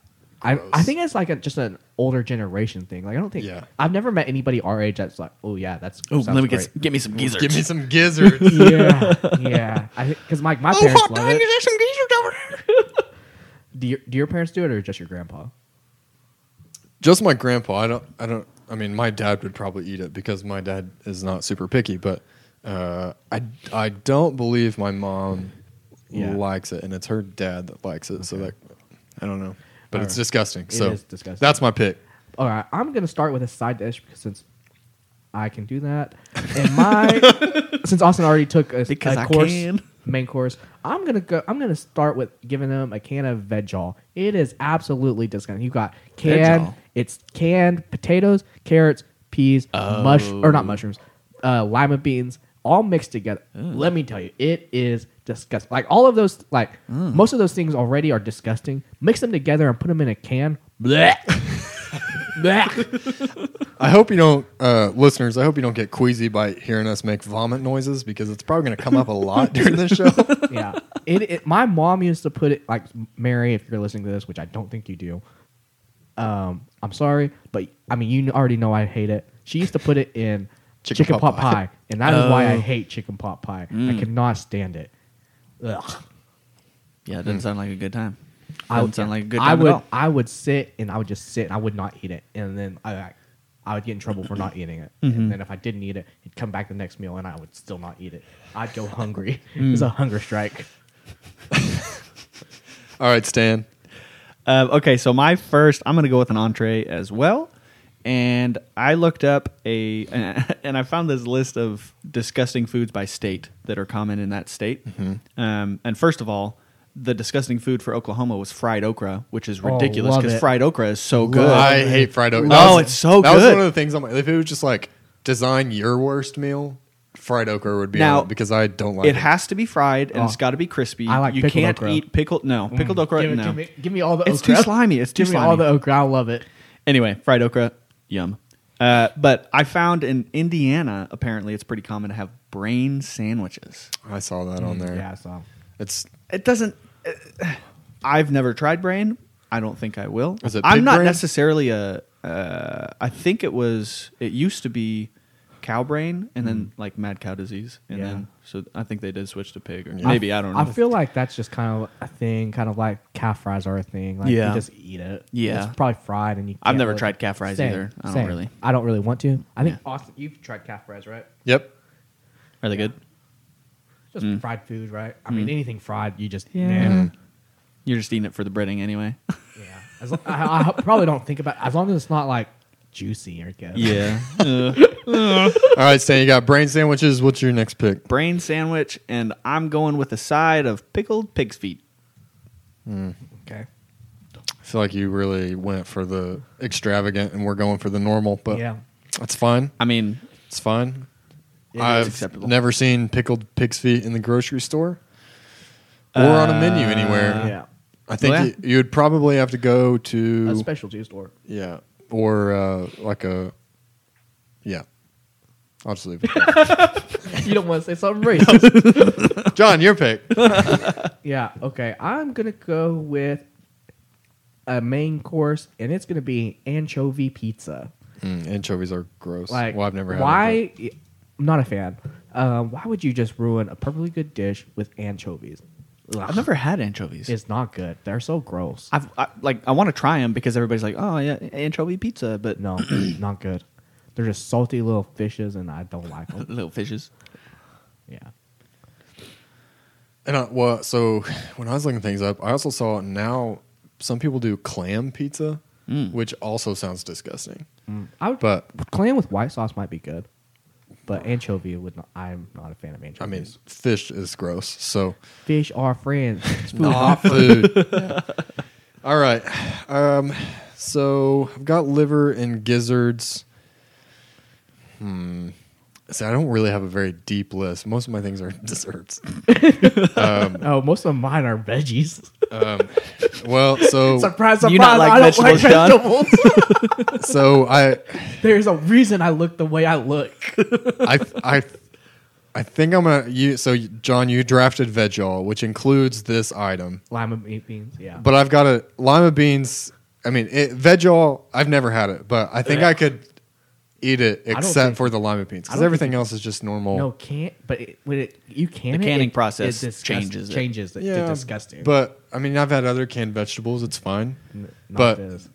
Speaker 3: I, I think it's like a, just an older generation thing. Like I don't think
Speaker 2: Yeah.
Speaker 3: I've never met anybody our age that's like, oh yeah, that's
Speaker 1: Oh,
Speaker 3: sounds
Speaker 1: let me
Speaker 3: great.
Speaker 1: get s- get me some gizzards.
Speaker 2: Give me some gizzards.
Speaker 3: yeah, yeah. Because my
Speaker 1: Oh,
Speaker 2: Oh,
Speaker 3: my parents love it.
Speaker 2: some gizzards over there.
Speaker 3: Do your, do your parents do it or just your grandpa?
Speaker 2: Just my grandpa. I don't. I don't. I mean, my dad would probably eat it because my dad is not super picky. But uh, I, I don't believe my mom
Speaker 3: Yeah.
Speaker 2: likes it, and it's her dad that likes it. So that, I don't know. But it's
Speaker 3: Alright.
Speaker 2: disgusting.
Speaker 3: It
Speaker 2: so
Speaker 3: is disgusting.
Speaker 2: that's my pick.
Speaker 3: All right, I'm gonna start with a side dish because since I can do that, and my since Austin already took a,
Speaker 1: Because
Speaker 3: a
Speaker 1: I
Speaker 3: course,
Speaker 1: can.
Speaker 3: main course, I'm gonna go. I'm gonna start with giving them a can of veggial. It is absolutely disgusting. You got canned,
Speaker 1: Veggial.
Speaker 3: it's canned potatoes, carrots, peas, mush or not mushrooms, uh, lima beans, all mixed together. Let me tell you, it is disgusting. Like all of those, like most of those things already are disgusting. Mix them together and put them in a can. Blech. Blech.
Speaker 2: I hope you don't, uh, listeners. I hope you don't get queasy by hearing us make vomit noises because it's probably going to come up a lot during this show.
Speaker 3: yeah. It, it. My mom used to put it like Mary, if you're listening to this, which I don't think you do. Um, I'm sorry, but I mean, you already know I hate it. She used to put it in
Speaker 2: Chicken
Speaker 3: chicken,
Speaker 2: pot
Speaker 3: pot,
Speaker 2: pie.
Speaker 3: pie. and that is why I
Speaker 1: Oh. Mm.
Speaker 3: hate chicken pot pie. I cannot stand it. Ugh.
Speaker 1: Yeah, it doesn't sound like a good time.
Speaker 3: I
Speaker 1: Doesn't sound like a good time
Speaker 3: I would.
Speaker 1: at all.
Speaker 3: I would sit and I would just sit and I would not eat it, and then I like, I would get in trouble for not eating it.
Speaker 1: Mm-hmm.
Speaker 3: And then if I didn't eat it, it'd come back the next meal and I would still not eat it. I'd go hungry.
Speaker 1: Mm.
Speaker 3: It was a hunger strike.
Speaker 2: All right, Stan.
Speaker 1: Uh, okay, so my first, I'm going to go with an entree as well. And I looked up a, and I found this list of disgusting foods by state that are common in that state.
Speaker 2: Mm-hmm.
Speaker 1: Um, and first of all, the disgusting food for Oklahoma was fried okra, which is
Speaker 3: Oh,
Speaker 1: ridiculous
Speaker 3: love
Speaker 1: because
Speaker 3: it.
Speaker 1: fried okra is so good.
Speaker 2: I hate fried okra.
Speaker 1: Oh,
Speaker 2: was-
Speaker 1: it's so
Speaker 2: that was
Speaker 1: good.
Speaker 2: one of the things. I'm like, if it was just like design your worst meal, fried okra would be
Speaker 1: Now,
Speaker 2: on it because I don't like
Speaker 1: it
Speaker 2: it.
Speaker 1: has to be fried and
Speaker 3: Oh.
Speaker 1: it's got to be crispy.
Speaker 3: I like
Speaker 1: you
Speaker 3: pickled
Speaker 1: can't
Speaker 3: okra. Mm.
Speaker 1: eat pickled. No, pickled okra.
Speaker 3: give, it-
Speaker 1: no,
Speaker 3: give me, give me all the
Speaker 1: It's
Speaker 3: okra.
Speaker 1: too slimy. It's too
Speaker 3: give me all
Speaker 1: slimy.
Speaker 3: the okra. I love it.
Speaker 1: Anyway, fried okra, yum. Uh, but I found in Indiana, apparently, it's pretty common to have brain sandwiches.
Speaker 2: I saw that
Speaker 1: Mm,
Speaker 2: on there.
Speaker 3: Yeah, so
Speaker 2: It's
Speaker 1: It doesn't. uh, I've never tried brain. I don't think I will.
Speaker 2: Is it
Speaker 1: I'm
Speaker 2: pig
Speaker 1: not
Speaker 2: brain?
Speaker 1: necessarily a. Uh, I think it was. It used to be cow brain, and then like mad cow disease, and
Speaker 3: Yeah.
Speaker 1: then so I think they did switch to pig, or maybe I, don't know.
Speaker 3: I feel like that's just kind of a thing, kind of like calf fries are a thing. Like
Speaker 1: Yeah.
Speaker 3: you just eat it.
Speaker 1: Yeah.
Speaker 3: it's probably fried, and you.
Speaker 1: I've
Speaker 3: can't
Speaker 1: never
Speaker 3: really-
Speaker 1: tried calf fries
Speaker 3: Same,
Speaker 1: either. I don't
Speaker 3: same.
Speaker 1: really.
Speaker 3: I don't really want to. I think Austin, you've tried calf fries, right?
Speaker 2: yep.
Speaker 1: Are they good?
Speaker 3: Just fried food, right? I mean, anything fried, you just
Speaker 1: Mm. Yeah. Mm-hmm.
Speaker 3: Nah.
Speaker 1: You're just eating it for the breading anyway.
Speaker 3: Yeah. As long, I, I probably don't think about as long as it's not like juicy or good.
Speaker 1: yeah. Ugh.
Speaker 2: All right, Stan. You got brain sandwiches. What's your next pick?
Speaker 1: brain sandwich, and I'm going with a side of pickled pig's feet.
Speaker 3: Okay.
Speaker 2: I feel like you really went for the extravagant, and we're going for the normal. But
Speaker 3: Yeah.
Speaker 2: it's fine.
Speaker 1: I mean,
Speaker 2: It's fine.
Speaker 1: It is
Speaker 2: I've
Speaker 1: acceptable.
Speaker 2: never seen pickled pig's feet in the grocery store or on a menu anywhere.
Speaker 3: yeah.
Speaker 2: I think
Speaker 1: Uh, Yeah.
Speaker 2: you, you would probably have to go to
Speaker 3: A specialty store.
Speaker 2: Yeah. Or uh, like a. Yeah. I'll just leave it. there.
Speaker 3: You don't want to say something racist.
Speaker 2: John, your pick.
Speaker 3: yeah. Okay. I'm gonna go with a main course, and it's gonna be anchovy pizza.
Speaker 2: Mm, anchovies are gross.
Speaker 3: Like,
Speaker 2: well, I've never had. them,
Speaker 3: Why? I'm not a fan. Uh, why would you just ruin a perfectly good dish with anchovies?
Speaker 1: I've never had anchovies.
Speaker 3: It's not good. They're so gross.
Speaker 1: I've I, like I want to try them because everybody's like, oh yeah, anchovy pizza, but
Speaker 3: no, not good. They're just salty little fishes, and I don't like them.
Speaker 1: little fishes.
Speaker 3: Yeah.
Speaker 2: but- And I, well, so when I was looking things up, I also saw now some people do clam pizza,
Speaker 3: Mm.
Speaker 2: which also sounds disgusting.
Speaker 3: I would,
Speaker 2: But-
Speaker 3: clam with white sauce might be good, but anchovy would not. I'm not a fan of anchovies.
Speaker 2: I mean, fish is gross. So
Speaker 3: fish are friends. It's food.
Speaker 2: not food. All right. Um, so I've got liver and gizzards. Hmm. See, I don't really have a very deep list. Most of my things are desserts. Um,
Speaker 3: oh, most of mine are veggies.
Speaker 2: well, so
Speaker 3: surprise, surprise!
Speaker 1: You not like
Speaker 3: I don't
Speaker 1: vegetables, John?
Speaker 3: like vegetables.
Speaker 2: so I
Speaker 3: There's a reason I look the way I look.
Speaker 2: I I I think I'm gonna you. So John, you drafted veg all, which includes this item.
Speaker 3: Lima bean- beans, yeah.
Speaker 2: But I've got a lima beans. I mean, it, veg all. I've never had it, but I think I could eat it
Speaker 3: don't
Speaker 2: except
Speaker 3: think-
Speaker 2: for the lima beans because
Speaker 3: don't
Speaker 2: everything
Speaker 3: think-
Speaker 2: else is just normal.
Speaker 3: no, can't. But it, when it, you can
Speaker 1: The
Speaker 3: it,
Speaker 1: canning
Speaker 3: it-
Speaker 1: process
Speaker 3: it disgust-
Speaker 1: changes it.
Speaker 3: changes it to disgusting.
Speaker 2: But I mean, I've had other canned vegetables. It's fine.
Speaker 3: N- not
Speaker 2: but
Speaker 3: this.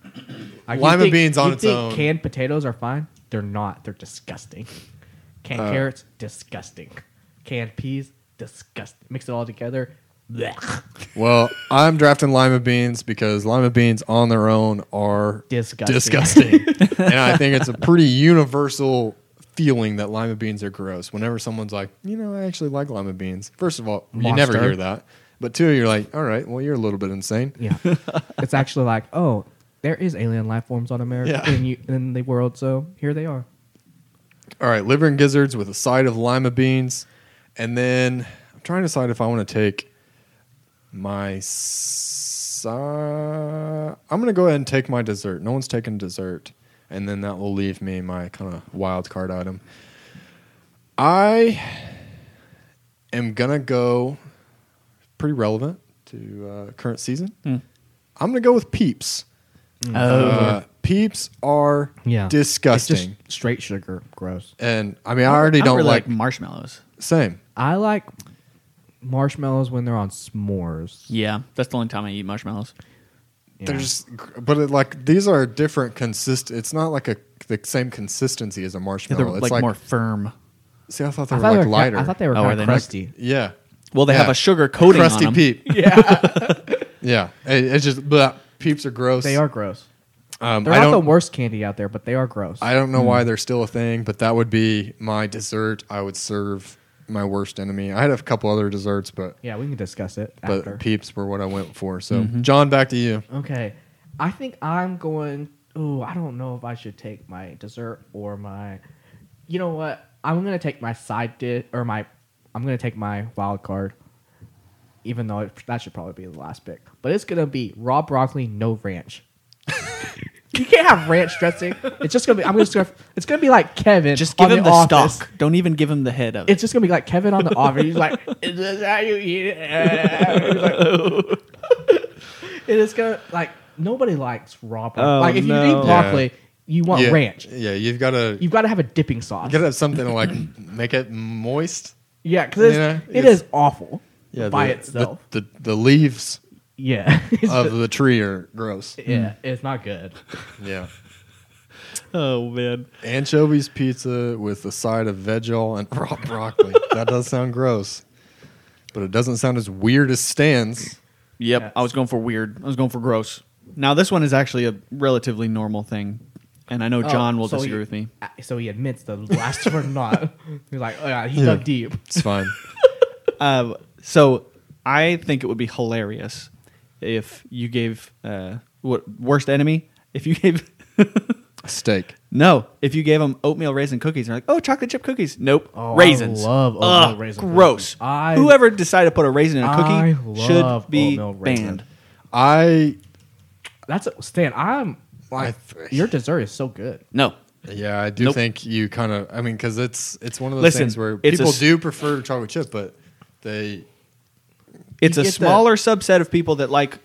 Speaker 3: Like, you
Speaker 2: lima
Speaker 3: think-
Speaker 2: beans on
Speaker 3: you
Speaker 2: its
Speaker 3: think
Speaker 2: own.
Speaker 3: Canned potatoes are fine. They're not. They're disgusting. Canned
Speaker 1: Uh,
Speaker 3: carrots, disgusting. Canned peas, disgusting. Mix it all together. blech.
Speaker 2: well, I'm drafting lima beans because lima beans on their own are
Speaker 3: Disgusting.
Speaker 2: disgusting. and I think it's a pretty universal feeling that lima beans are gross. Whenever someone's like, you know, I actually like lima beans. First of all, you never
Speaker 3: Monster.
Speaker 2: hear that. But two, you're like, all right, well, you're a little bit insane.
Speaker 3: Yeah, it's actually like, oh, there is alien life forms on America
Speaker 2: Yeah.
Speaker 3: in, you, in the world, so here they are.
Speaker 2: All right, liver and gizzards with a side of lima beans, and then I'm trying to decide if I want to take my. Si- I'm going to go ahead and take my dessert. No one's taking dessert, and then that will leave me my kind of wild card item. I am gonna go pretty relevant to uh, current season.
Speaker 3: Hmm.
Speaker 2: I'm gonna go with peeps.
Speaker 1: Mm.
Speaker 2: Uh, peeps are
Speaker 3: Yeah,
Speaker 2: disgusting.
Speaker 3: It's just straight sugar, gross.
Speaker 2: And I mean, I already don't
Speaker 1: really
Speaker 2: like,
Speaker 1: marshmallows.
Speaker 2: same.
Speaker 3: I like marshmallows when they're on s'mores.
Speaker 1: Yeah, that's the only time I eat marshmallows.
Speaker 3: Yeah.
Speaker 2: There's, but it, like these are different consist. It's not like a the same consistency as
Speaker 1: Yeah,
Speaker 2: a
Speaker 1: they're
Speaker 2: marshmallow.
Speaker 1: like,
Speaker 2: it's like,
Speaker 1: more firm.
Speaker 2: See, I thought they
Speaker 3: I
Speaker 2: were
Speaker 3: thought
Speaker 2: like
Speaker 3: they were ki-
Speaker 2: lighter.
Speaker 3: I thought they were
Speaker 1: Oh,
Speaker 3: kind
Speaker 1: are
Speaker 3: of
Speaker 1: they not-
Speaker 3: crusty.
Speaker 2: yeah,
Speaker 1: Well, they have
Speaker 2: Yeah.
Speaker 1: a sugar coating
Speaker 2: crusty
Speaker 1: on 'em.
Speaker 2: peep.
Speaker 3: Yeah,
Speaker 2: Yeah, it, it's just bleh. peeps are gross.
Speaker 3: they are gross.
Speaker 2: Um,
Speaker 3: They're
Speaker 2: I
Speaker 3: not the Hmm.
Speaker 2: don't.
Speaker 3: worst candy out there, but they are gross.
Speaker 2: I don't know why they're still a thing, but that would be my dessert. I would serve my worst enemy. I had a couple other desserts, but
Speaker 3: yeah, we can discuss it
Speaker 2: but
Speaker 3: after. Mm-hmm.
Speaker 2: peeps were what I went for. So John, back to you.
Speaker 3: Okay. I think I'm going. Oh, I don't know if I should take my dessert or my. You know what? I'm gonna take my side dish or my. I'm gonna take my wild card, even though it, that should probably be the last pick. But it's gonna be raw broccoli, no ranch. you can't have ranch dressing. It's just gonna be. I'm just gonna. It's gonna be like Kevin.
Speaker 1: Just give
Speaker 3: on
Speaker 1: him the
Speaker 3: office.
Speaker 1: stock. Don't even give him the head of it.
Speaker 3: It's just gonna be like Kevin on the office. He's like, "Is this how you eat it?" He's like- it is gonna like nobody likes raw broccoli.
Speaker 1: Oh,
Speaker 3: like if you
Speaker 1: no.
Speaker 3: eat broccoli, you want
Speaker 2: yeah,
Speaker 3: ranch.
Speaker 2: Yeah, you've got to
Speaker 3: You've got to have a dipping sauce.
Speaker 2: you got to have something to like make it moist.
Speaker 3: yeah, because it's,
Speaker 2: Yeah,
Speaker 3: it
Speaker 2: it's-
Speaker 3: is awful
Speaker 2: Yeah,
Speaker 3: by
Speaker 2: the,
Speaker 3: itself. Uh,
Speaker 2: The, the the leaves
Speaker 3: yeah, It's
Speaker 2: of
Speaker 3: just-
Speaker 2: the tree are gross.
Speaker 3: yeah, it's not good.
Speaker 2: Yeah.
Speaker 1: oh man.
Speaker 2: Anchovies pizza with a side of vegetal and raw broccoli. that does sound gross, but it doesn't sound as weird as Stan's.
Speaker 1: Yep.
Speaker 3: Yeah.
Speaker 1: I was going for weird. I was going for gross. Now this one is actually a relatively normal thing, and I know John
Speaker 3: Oh,
Speaker 1: will
Speaker 3: so
Speaker 1: disagree
Speaker 3: he-
Speaker 1: with me.
Speaker 3: uh, So he admits the last two are not. He's like, oh yeah, he
Speaker 2: Yeah.
Speaker 3: dug deep.
Speaker 2: It's fine.
Speaker 1: Uh, so I think it would be hilarious if you gave uh, what worst enemy if you gave
Speaker 2: Steak.
Speaker 1: no if you gave them oatmeal raisin cookies. They're like, oh, chocolate chip cookies. Nope,
Speaker 3: Oh, I
Speaker 1: raisins.
Speaker 3: love oatmeal
Speaker 1: Ugh,
Speaker 3: raisin cookies.
Speaker 1: Gross.
Speaker 3: I-
Speaker 1: Whoever decided to put a raisin in a
Speaker 3: I
Speaker 1: cookie
Speaker 3: love
Speaker 1: should be
Speaker 3: oatmeal raisin.
Speaker 1: banned.
Speaker 2: I.
Speaker 3: That's Stan. I'm.
Speaker 2: I
Speaker 3: Your dessert is so good.
Speaker 1: No,
Speaker 2: yeah, I do
Speaker 1: Nope.
Speaker 2: think you kind of. I mean, because it's it's one of those
Speaker 1: Listen,
Speaker 2: things where
Speaker 1: it's a
Speaker 2: people
Speaker 1: s-
Speaker 2: do prefer chocolate chip, but they
Speaker 1: it's
Speaker 3: You
Speaker 1: a
Speaker 3: get the-
Speaker 1: smaller subset of people that like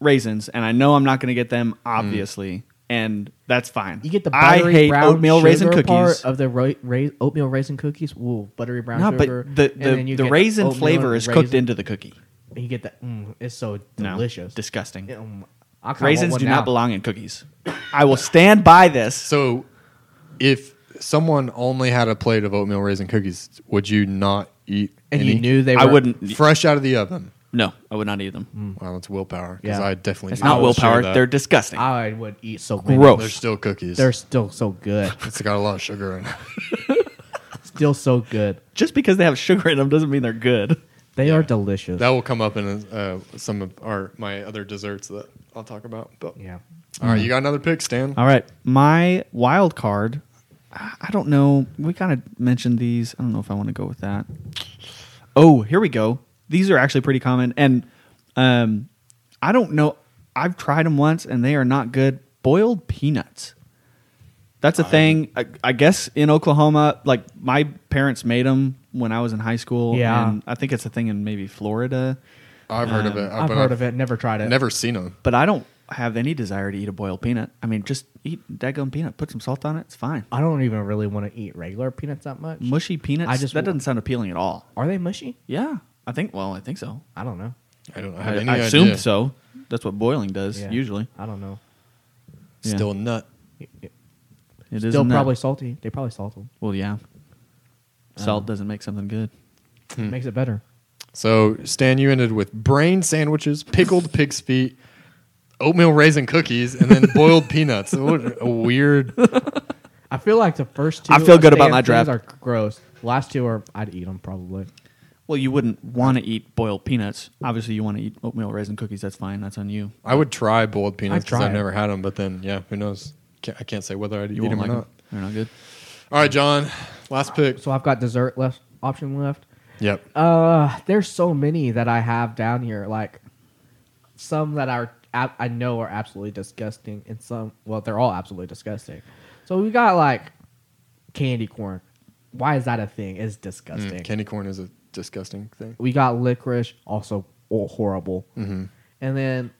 Speaker 1: raisins, and I know I'm not going to get them, obviously, and that's fine.
Speaker 3: Mm. You get the
Speaker 1: I
Speaker 3: buttery
Speaker 1: hate
Speaker 3: brown
Speaker 1: oatmeal raisin
Speaker 3: sugar
Speaker 1: cookies.
Speaker 3: part of the ra- ra- oatmeal raisin cookies. Ooh, buttery brown
Speaker 1: no,
Speaker 3: sugar.
Speaker 1: but the
Speaker 3: and then
Speaker 1: the,
Speaker 3: you
Speaker 1: the
Speaker 3: get
Speaker 1: raisin
Speaker 3: oatmeal
Speaker 1: flavor
Speaker 3: and
Speaker 1: is cooked
Speaker 3: raisin-
Speaker 1: into the cookie.
Speaker 3: and You get that. Mm, it's so
Speaker 1: No,
Speaker 3: delicious.
Speaker 1: disgusting.
Speaker 3: Mm, I kinda want
Speaker 1: Raisins
Speaker 3: one
Speaker 1: do
Speaker 3: now.
Speaker 1: not belong in cookies. I will stand by this.
Speaker 2: So, if someone only had a plate of oatmeal raisin cookies, would you not eat?
Speaker 3: And
Speaker 2: any?
Speaker 3: you knew they. Were,
Speaker 1: I wouldn't.
Speaker 2: fresh out of the oven.
Speaker 1: No, I would not eat
Speaker 3: Mm,
Speaker 1: them.
Speaker 2: Wow, that's willpower. Because
Speaker 3: Yeah.
Speaker 2: I definitely
Speaker 1: It's
Speaker 2: I
Speaker 1: not
Speaker 2: will share
Speaker 1: willpower.
Speaker 2: that.
Speaker 1: They're disgusting.
Speaker 3: I would eat so
Speaker 1: Gross.
Speaker 3: gross.
Speaker 2: they're still cookies.
Speaker 3: They're still so good.
Speaker 2: it's got a lot of sugar in it.
Speaker 3: still so good.
Speaker 1: Just because they have sugar in them doesn't mean they're good.
Speaker 3: They are delicious.
Speaker 2: That will come up in uh, some of our my other desserts that I'll talk about. But
Speaker 3: yeah.
Speaker 2: all right, you got another pick, Stan.
Speaker 1: All right, my wild card. I I don't know. We kind of mentioned these. I don't know if I want to go with that. Oh, here we go. These are actually pretty common, and um, I don't know. I've tried them once, and they are not good. Boiled peanuts. That's a thing. I, I guess in Oklahoma, like my parents made them when I was in high school.
Speaker 3: Yeah.
Speaker 1: and I think it's a thing in maybe Florida,
Speaker 2: I've heard of it.
Speaker 3: Um, I've
Speaker 2: but
Speaker 3: heard of it. Never tried it.
Speaker 2: Never seen them.
Speaker 1: but I don't have any desire to eat a boiled peanut. I mean, just eat daggum peanut. Put some salt on it. It's fine.
Speaker 3: I don't even really want to eat regular peanuts that much.
Speaker 1: mushy peanuts.
Speaker 3: I just-
Speaker 1: that doesn't sound appealing at all.
Speaker 3: Are they mushy?
Speaker 1: Yeah, I think. Well, I think so.
Speaker 3: I don't know.
Speaker 2: I don't have
Speaker 1: I,
Speaker 2: any
Speaker 1: I
Speaker 2: idea.
Speaker 1: assumed so. That's what boiling does
Speaker 3: Yeah.
Speaker 1: usually.
Speaker 3: I don't know.
Speaker 1: Yeah.
Speaker 2: Still a nut.
Speaker 1: It is
Speaker 3: Still
Speaker 1: in that-
Speaker 3: probably salty. They probably salt them.
Speaker 1: Well, yeah. Salt doesn't make something good. Hmm.
Speaker 3: Makes it better.
Speaker 2: So Stan, you ended with brain sandwiches, pickled pig's feet, oatmeal raisin cookies, and then boiled peanuts. What a weird.
Speaker 3: I feel like the first two.
Speaker 1: I feel good about
Speaker 3: Stan
Speaker 1: my draft.
Speaker 3: things Are gross. Last two are I'd eat them probably.
Speaker 1: Well, you wouldn't want to eat boiled peanuts. Obviously, you want to eat oatmeal raisin cookies. That's fine. That's on you.
Speaker 2: I would try boiled peanuts because
Speaker 3: try
Speaker 2: I've
Speaker 3: it.
Speaker 2: never had them. But then, yeah, who knows? Can't, I can't say whether I'd
Speaker 1: You
Speaker 2: eat
Speaker 1: won't
Speaker 2: them
Speaker 1: like
Speaker 2: or not.
Speaker 1: 'em. They're not good.
Speaker 2: All right, John, last pick. Mm,
Speaker 3: So I've got dessert left option left.
Speaker 2: Yep.
Speaker 3: Uh, there's so many that I have down here. Like some that are ab- I know are absolutely disgusting, and some well they're all absolutely disgusting. So we got like candy corn. Why is that a thing? It's disgusting.
Speaker 2: Mm, candy corn is a disgusting thing.
Speaker 3: we got licorice, also all horrible.
Speaker 2: Mm-hmm.
Speaker 3: And then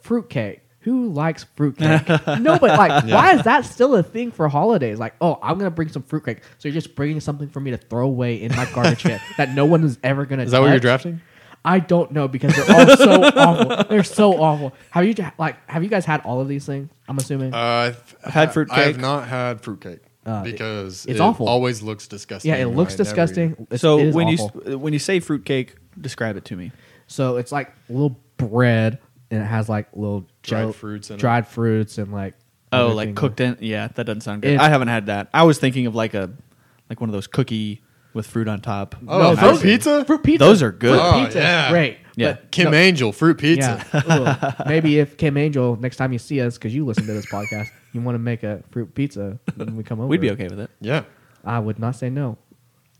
Speaker 3: fruitcake. Who likes fruitcake? no, but like, why is that still a thing for holidays? Like, oh, I'm gonna bring some fruitcake. So you're just bringing something for me to throw away in my garbage can that no one is ever gonna.
Speaker 2: Is that what you're
Speaker 3: touch?
Speaker 2: drafting?
Speaker 3: I don't know because they're all so awful. They're so awful. Have you like have you guys had all of these things? I'm assuming.
Speaker 2: Uh, I've,
Speaker 1: I've had fruitcake.
Speaker 2: I have not had fruitcake because
Speaker 3: Uh, it's
Speaker 2: it
Speaker 3: awful.
Speaker 2: Always looks disgusting.
Speaker 3: yeah, it
Speaker 2: when
Speaker 3: looks
Speaker 2: I never eat it.
Speaker 3: disgusting. It's-
Speaker 1: so
Speaker 3: it is
Speaker 1: when
Speaker 3: awful.
Speaker 1: you s- when you say fruitcake, describe it to me.
Speaker 3: so it's like little bread and it has like little
Speaker 2: Dried
Speaker 3: gel-
Speaker 2: fruits in it.
Speaker 3: dried fruits and like
Speaker 1: Oh,
Speaker 3: other
Speaker 1: like
Speaker 3: things.
Speaker 1: cooked in? Yeah, that doesn't sound good.
Speaker 3: It-
Speaker 1: I haven't had that. I was thinking of like a like one of those cookie with fruit on top.
Speaker 2: Oh,
Speaker 3: No,
Speaker 2: fruit
Speaker 3: those-
Speaker 2: pizza?
Speaker 3: Fruit pizza.
Speaker 1: Those are good.
Speaker 3: Fruit
Speaker 2: Oh,
Speaker 3: pizza.
Speaker 2: yeah.
Speaker 3: Great.
Speaker 1: Yeah.
Speaker 3: But
Speaker 2: Kim
Speaker 3: no-
Speaker 2: Angel fruit pizza.
Speaker 3: Yeah. Ooh. Maybe if Kim Angel next time you see us, because you listen to this podcast, you want to make a fruit pizza when we come over.
Speaker 1: We'd be okay with it.
Speaker 2: Yeah.
Speaker 3: I would not say no.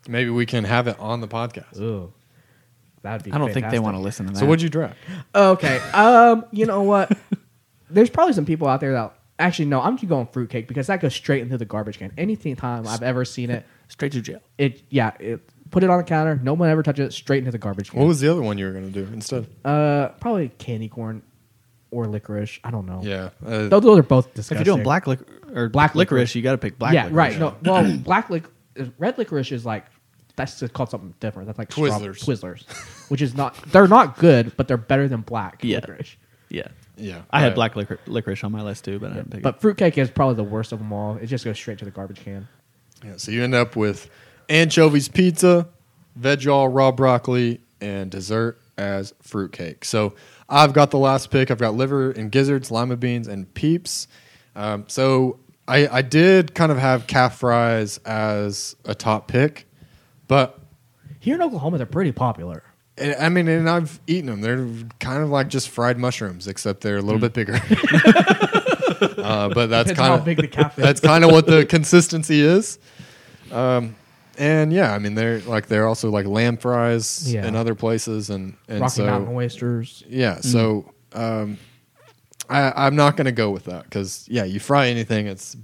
Speaker 2: Maybe we can have it on the podcast.
Speaker 3: Ooh, that'd be.
Speaker 1: I don't think they want to listen to that.
Speaker 2: So what'd you draft?
Speaker 3: Okay. Um, you know what? There's probably some people out there that actually no. I'm just going fruitcake because that goes straight into the garbage can. Anything time I've ever seen it,
Speaker 1: straight to jail?
Speaker 3: it yeah, it put it on the counter. No one ever touches it. Straight into the garbage can.
Speaker 2: What was the other one you were going to do instead?
Speaker 3: uh probably candy corn or licorice? I don't know.
Speaker 2: yeah. uh,
Speaker 3: Those, those are both
Speaker 1: If
Speaker 3: disgusting.
Speaker 1: you're doing black lic- or black
Speaker 3: Black licorice.
Speaker 1: licorice, you got to pick black.
Speaker 3: yeah,
Speaker 1: licorice.
Speaker 3: right. No, well, black lic- red licorice is like that's just called something different. That's like straw-
Speaker 2: Twizzlers.
Speaker 3: Twizzlers, which is not they're not good, but they're better than black
Speaker 1: Yeah.
Speaker 3: licorice.
Speaker 1: Yeah.
Speaker 2: yeah.
Speaker 1: I had
Speaker 2: right.
Speaker 1: black licor- licorice on my list too, but I didn't pick
Speaker 3: But fruitcake is probably the worst of them all. It just goes straight to the garbage can.
Speaker 2: Yeah, so you end up with anchovies pizza, veg all raw broccoli, and dessert as fruitcake. So I've got the last pick. I've got liver and gizzards, lima beans, and peeps. Um, so I, I did kind of have calf fries as a top pick, but
Speaker 3: Here in Oklahoma, they're pretty popular.
Speaker 2: I I mean, and I've eaten them. They're kind of like just fried mushrooms, except they're a little bit bigger. uh, but that's
Speaker 3: Mm. Depends on how
Speaker 2: kind of
Speaker 3: big the calf is.
Speaker 2: that's kind of what the consistency is. Um, and yeah, I mean, they're like they're also like lamb fries
Speaker 3: Yeah.
Speaker 2: in other places, and and
Speaker 3: Rocky
Speaker 2: so
Speaker 3: Mountain oysters.
Speaker 2: yeah, so um, I, I'm not gonna go with that because yeah, you fry anything, it's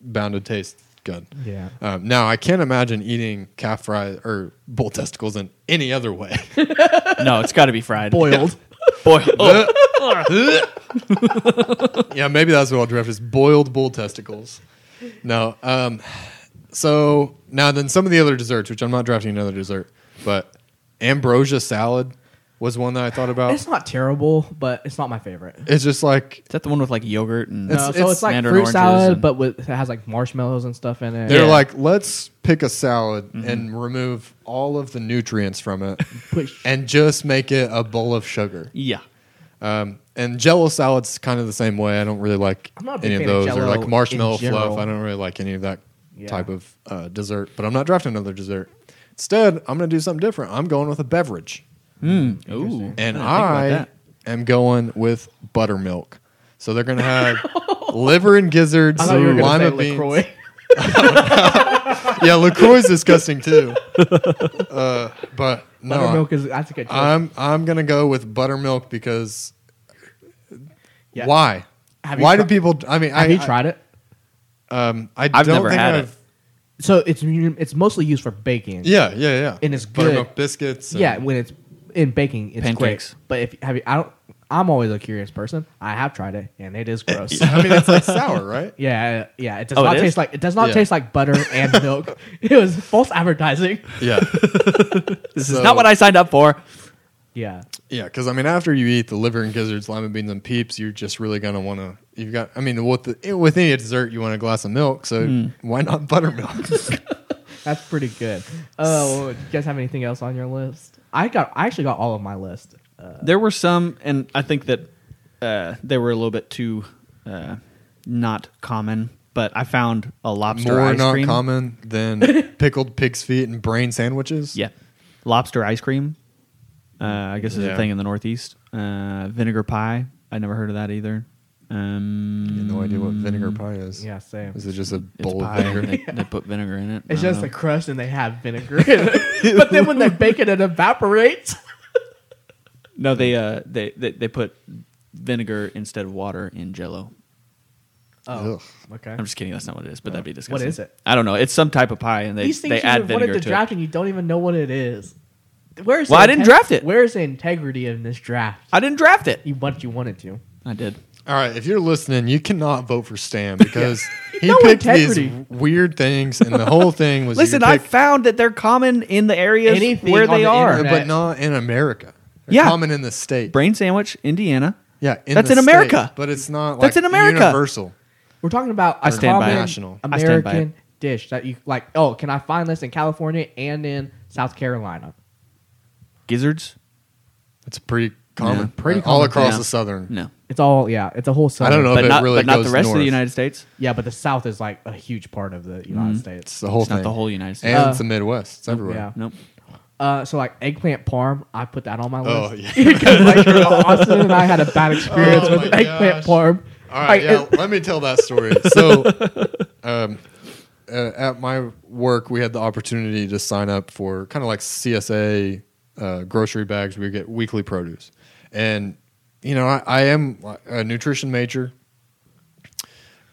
Speaker 2: bound to taste good.
Speaker 3: Yeah.
Speaker 2: Um, now I can't imagine eating calf fries or bull testicles in any other way.
Speaker 1: it. No, it's got to be fried.
Speaker 3: Boiled.
Speaker 1: boiled. Oh,
Speaker 2: yeah, maybe that's what I'll draft is boiled bull testicles. No. Um, so now then some of the other desserts, which I'm not drafting another dessert, but ambrosia salad was one that I thought about.
Speaker 3: It's not terrible, but it's not my favorite.
Speaker 2: It's just like
Speaker 1: is that the one with like yogurt and?
Speaker 3: No, so it's like
Speaker 1: mandarin
Speaker 3: fruit
Speaker 1: oranges
Speaker 3: salad,
Speaker 1: and-
Speaker 3: but with, it has like marshmallows and stuff in it.
Speaker 2: they're
Speaker 1: Yeah.
Speaker 2: like, let's pick a salad and remove all of the nutrients from it
Speaker 3: Which-
Speaker 2: and just make it a bowl of sugar.
Speaker 1: yeah.
Speaker 2: Um, and jello salad's kind of the same way. I don't really like
Speaker 3: I'm not a big
Speaker 2: any of
Speaker 3: fan of
Speaker 2: those, or
Speaker 3: Jell-O
Speaker 2: like marshmallow
Speaker 3: in general.
Speaker 2: fluff. I don't really like any of that
Speaker 3: Yeah.
Speaker 2: type of uh, dessert. But I'm not drafting another dessert. Instead, I'm going to do something different. I'm going with a beverage,
Speaker 1: Ooh.
Speaker 2: and
Speaker 1: I didn't
Speaker 2: I am going with buttermilk. So they're going to have liver and gizzards,
Speaker 3: I thought you were going
Speaker 2: lima
Speaker 3: to say
Speaker 2: beans.
Speaker 3: LaCroix.
Speaker 2: Yeah, Lacroix's disgusting too. Uh, but no,
Speaker 3: Buttermilk is that's a good choice.
Speaker 2: I'm I'm gonna go with buttermilk because
Speaker 3: Yeah.
Speaker 2: why?
Speaker 3: Have you
Speaker 2: Why
Speaker 3: tri-
Speaker 2: do people? I mean,
Speaker 3: Have
Speaker 2: I,
Speaker 3: you tried it?
Speaker 2: I, um, I
Speaker 1: I've
Speaker 2: don't
Speaker 1: never
Speaker 2: think
Speaker 1: had
Speaker 2: I've,
Speaker 1: it.
Speaker 3: So it's it's mostly used for baking.
Speaker 2: Yeah, yeah, yeah.
Speaker 3: And it's
Speaker 2: buttermilk
Speaker 3: good.
Speaker 2: biscuits. and-
Speaker 3: Yeah, when it's in baking, it's
Speaker 1: Pancakes.
Speaker 3: great. But if have you, I don't, I'm always a curious person. I have tried it, and it is gross.
Speaker 2: I mean, it's like sour, right?
Speaker 3: yeah, yeah. It does
Speaker 1: Oh,
Speaker 3: not
Speaker 1: it is?
Speaker 3: taste like it does not
Speaker 2: Yeah.
Speaker 3: taste like butter and milk. it was false advertising.
Speaker 2: Yeah,
Speaker 1: get that. This
Speaker 2: So-
Speaker 1: is not what I signed up for.
Speaker 3: Yeah,
Speaker 2: yeah. Because I mean, after you eat the liver and gizzards, lima beans, and peeps, you're just really gonna want to. You've got. I mean, with the, with any dessert, you want a glass of milk. So
Speaker 3: Hmm.
Speaker 2: why not buttermilk?
Speaker 3: that's pretty good. Oh, do you guys have anything else on your list? I got I actually got all of my list. Uh,
Speaker 1: There were some, and I think that uh, they were a little bit too uh, not common. But I found a lobster
Speaker 2: More
Speaker 1: ice
Speaker 2: not
Speaker 1: cream.
Speaker 2: common than pickled pig's feet and brain sandwiches.
Speaker 1: Yeah, lobster ice cream. Uh, I guess is
Speaker 2: Yeah.
Speaker 1: a thing in the Northeast. Uh, vinegar pie. I never heard of that either. Um,
Speaker 2: You have no idea what vinegar pie is.
Speaker 3: yeah, same.
Speaker 2: Is it just a
Speaker 1: Mm. It's
Speaker 2: bowl
Speaker 1: pie.
Speaker 2: of
Speaker 1: and
Speaker 2: vinegar?
Speaker 1: they, they put vinegar in it.
Speaker 3: It's
Speaker 1: I don't
Speaker 3: just
Speaker 1: know.
Speaker 3: the crust, and they have vinegar. in it. but then when they bake it, it evaporates.
Speaker 1: no. They uh they, they they put vinegar instead of water in Jello.
Speaker 3: Oh,
Speaker 2: Ugh.
Speaker 3: okay.
Speaker 1: I'm just kidding. That's not what it is, but that'd be disgusting.
Speaker 3: is it?
Speaker 1: I don't know. It's some type of pie, and they
Speaker 3: These things
Speaker 1: they
Speaker 3: you
Speaker 1: add
Speaker 3: have wanted
Speaker 1: vinegar
Speaker 3: to
Speaker 1: to,
Speaker 3: draft
Speaker 1: it.
Speaker 3: and you don't even know what it is. Where's
Speaker 1: Well,
Speaker 3: the
Speaker 1: I didn't draft it.
Speaker 3: Where's the integrity in this draft?
Speaker 1: I didn't draft it.
Speaker 3: You what you wanted to.
Speaker 1: I did.
Speaker 2: All right, if you're listening, you cannot vote for Stan because he
Speaker 3: No
Speaker 2: picked
Speaker 3: integrity.
Speaker 2: these weird things, and the whole thing was you
Speaker 1: Listen, I
Speaker 2: pick-
Speaker 1: found that they're common in the areas
Speaker 3: Anything
Speaker 1: where
Speaker 3: on
Speaker 1: they
Speaker 3: the
Speaker 1: are.
Speaker 3: internet.
Speaker 2: but not in America. They're
Speaker 1: Yeah.
Speaker 2: common in the state.
Speaker 1: Uh, Brain sandwich, Indiana.
Speaker 2: yeah, in
Speaker 1: That's
Speaker 2: the
Speaker 1: in
Speaker 2: state,
Speaker 1: America.
Speaker 2: but it's not. Like
Speaker 1: That's in America.
Speaker 2: Universal.
Speaker 3: We're talking about a
Speaker 1: I stand by
Speaker 3: common
Speaker 1: it.
Speaker 2: National.
Speaker 1: I stand by it.
Speaker 3: American dish that you like. Oh, can I find this in California and in South Carolina?
Speaker 1: Gizzards? Uh,
Speaker 2: It's pretty common.
Speaker 1: Yeah.
Speaker 2: Pretty
Speaker 3: Pretty
Speaker 2: all
Speaker 3: common.
Speaker 2: across
Speaker 1: Yeah.
Speaker 2: the southern.
Speaker 1: No.
Speaker 3: It's all yeah. It's a whole. Southern,
Speaker 2: don't know But
Speaker 1: But
Speaker 2: it
Speaker 1: not,
Speaker 2: really
Speaker 1: but not
Speaker 2: goes
Speaker 1: the rest of
Speaker 2: north.
Speaker 1: the United States.
Speaker 3: Yeah, but the South is like a huge part of the
Speaker 1: Mm.
Speaker 3: United States.
Speaker 2: It's the whole
Speaker 1: It's
Speaker 2: thing.
Speaker 1: not the whole United States.
Speaker 2: and
Speaker 3: Uh,
Speaker 2: it's the Midwest.
Speaker 1: oh,
Speaker 2: It's everywhere.
Speaker 3: Yeah.
Speaker 1: nope.
Speaker 3: Uh, so like eggplant parm, I put that on my
Speaker 2: Oh,
Speaker 3: list.
Speaker 2: yeah.
Speaker 3: Because like Austin and I had a bad experience
Speaker 2: Oh
Speaker 3: with
Speaker 2: my
Speaker 3: eggplant
Speaker 2: gosh.
Speaker 3: parm.
Speaker 2: All right,
Speaker 3: Like,
Speaker 2: yeah.
Speaker 3: it-
Speaker 2: let me tell that story. So, um, uh, at my work, we had the opportunity to sign up for kind of like CSA uh, grocery bags. We get weekly produce, and you know, I, I am a nutrition major.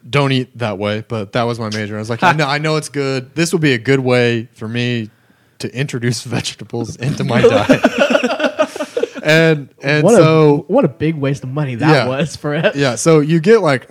Speaker 2: Don't eat that way, but that was my major. I was like, I know, I know it's good. This would be a good way for me to introduce vegetables into my diet. and and
Speaker 3: what
Speaker 2: so
Speaker 3: a what a big waste of money that
Speaker 2: Yeah.
Speaker 3: was for it.
Speaker 2: yeah, so you get like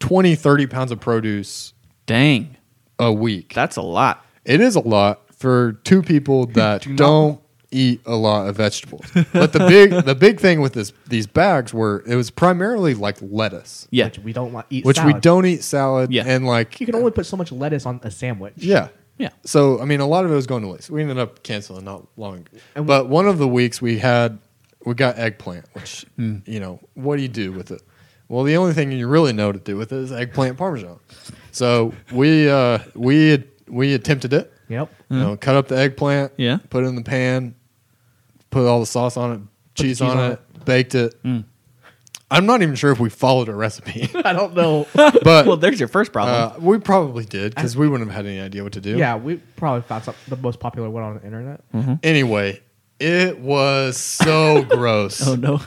Speaker 2: 20, 30 pounds of produce
Speaker 1: Dang.
Speaker 2: a week.
Speaker 1: That's a lot.
Speaker 2: it is a lot for two people that
Speaker 3: do
Speaker 2: do
Speaker 3: not-
Speaker 2: not eat a lot of vegetables. but the big the big thing with this these bags were it was primarily like lettuce,
Speaker 1: Yeah.
Speaker 3: Which we don't want eat.
Speaker 2: which we
Speaker 3: salad.
Speaker 2: don't eat salad
Speaker 1: Yeah.
Speaker 2: and like
Speaker 3: You can only put so much lettuce on a sandwich.
Speaker 2: yeah.
Speaker 1: Yeah.
Speaker 2: So I mean, a lot of it was going to waste. We ended up canceling not long,
Speaker 3: And-
Speaker 2: but one of the weeks we had we got eggplant, which
Speaker 3: Mm.
Speaker 2: you know what do you do with it? Well, the only thing you really know to do with it is eggplant parmesan. So we uh, we had, we attempted it.
Speaker 3: Yep.
Speaker 2: You know, cut up the eggplant.
Speaker 1: Yeah.
Speaker 2: Put it in the pan. Put all the sauce on it,
Speaker 3: the
Speaker 2: cheese,
Speaker 3: cheese
Speaker 2: on,
Speaker 3: on
Speaker 2: it, baked it. I'm not even sure if we followed a recipe,
Speaker 3: I don't know.
Speaker 2: but
Speaker 1: Well, there's your first problem.
Speaker 2: uh, we probably did because we wouldn't have had any idea what to do.
Speaker 3: yeah, we probably found some, the most popular one on the internet.
Speaker 1: Hmm.
Speaker 2: Anyway, it was so gross.
Speaker 1: oh, no.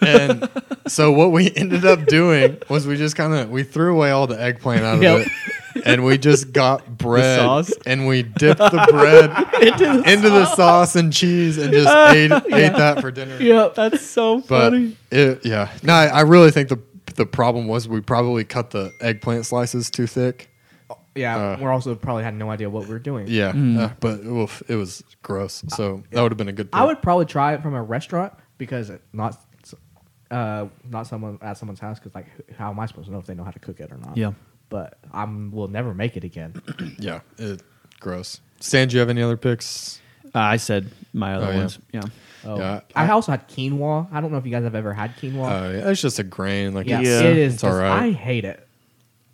Speaker 2: And so what we ended up doing was we just kind of we threw away all the eggplant out of
Speaker 3: Yep.
Speaker 2: it. And we just got bread
Speaker 1: sauce?
Speaker 2: and we dipped the bread into the, sauce and cheese and just ate ate that for dinner.
Speaker 1: Yep. That's so
Speaker 2: But
Speaker 1: funny.
Speaker 2: it, yeah. No, I, I really think the the problem was we probably cut the eggplant slices too thick.
Speaker 3: Yeah,
Speaker 2: Uh,
Speaker 3: we're also probably had no idea what we were doing.
Speaker 2: Yeah. Uh, but oof, it was gross. So that would have been a good
Speaker 3: I would probably try it from a restaurant because it- not uh, not someone at someone's house because like how am I supposed to know if they know how to cook it or not?
Speaker 1: Yeah.
Speaker 3: But I'm will never make it again.
Speaker 2: Yeah, it, gross. Stan, do you have any other picks?
Speaker 1: Uh, I said my other
Speaker 2: Oh, yeah.
Speaker 1: ones. Yeah.
Speaker 3: Oh,
Speaker 2: Yeah,
Speaker 3: I, also had quinoa. I don't know if you guys have ever had quinoa.
Speaker 2: Uh, it's just a grain. Like
Speaker 3: yeah,
Speaker 2: it's,
Speaker 3: it is.
Speaker 2: It's all
Speaker 3: just- I
Speaker 2: right.
Speaker 3: hate it.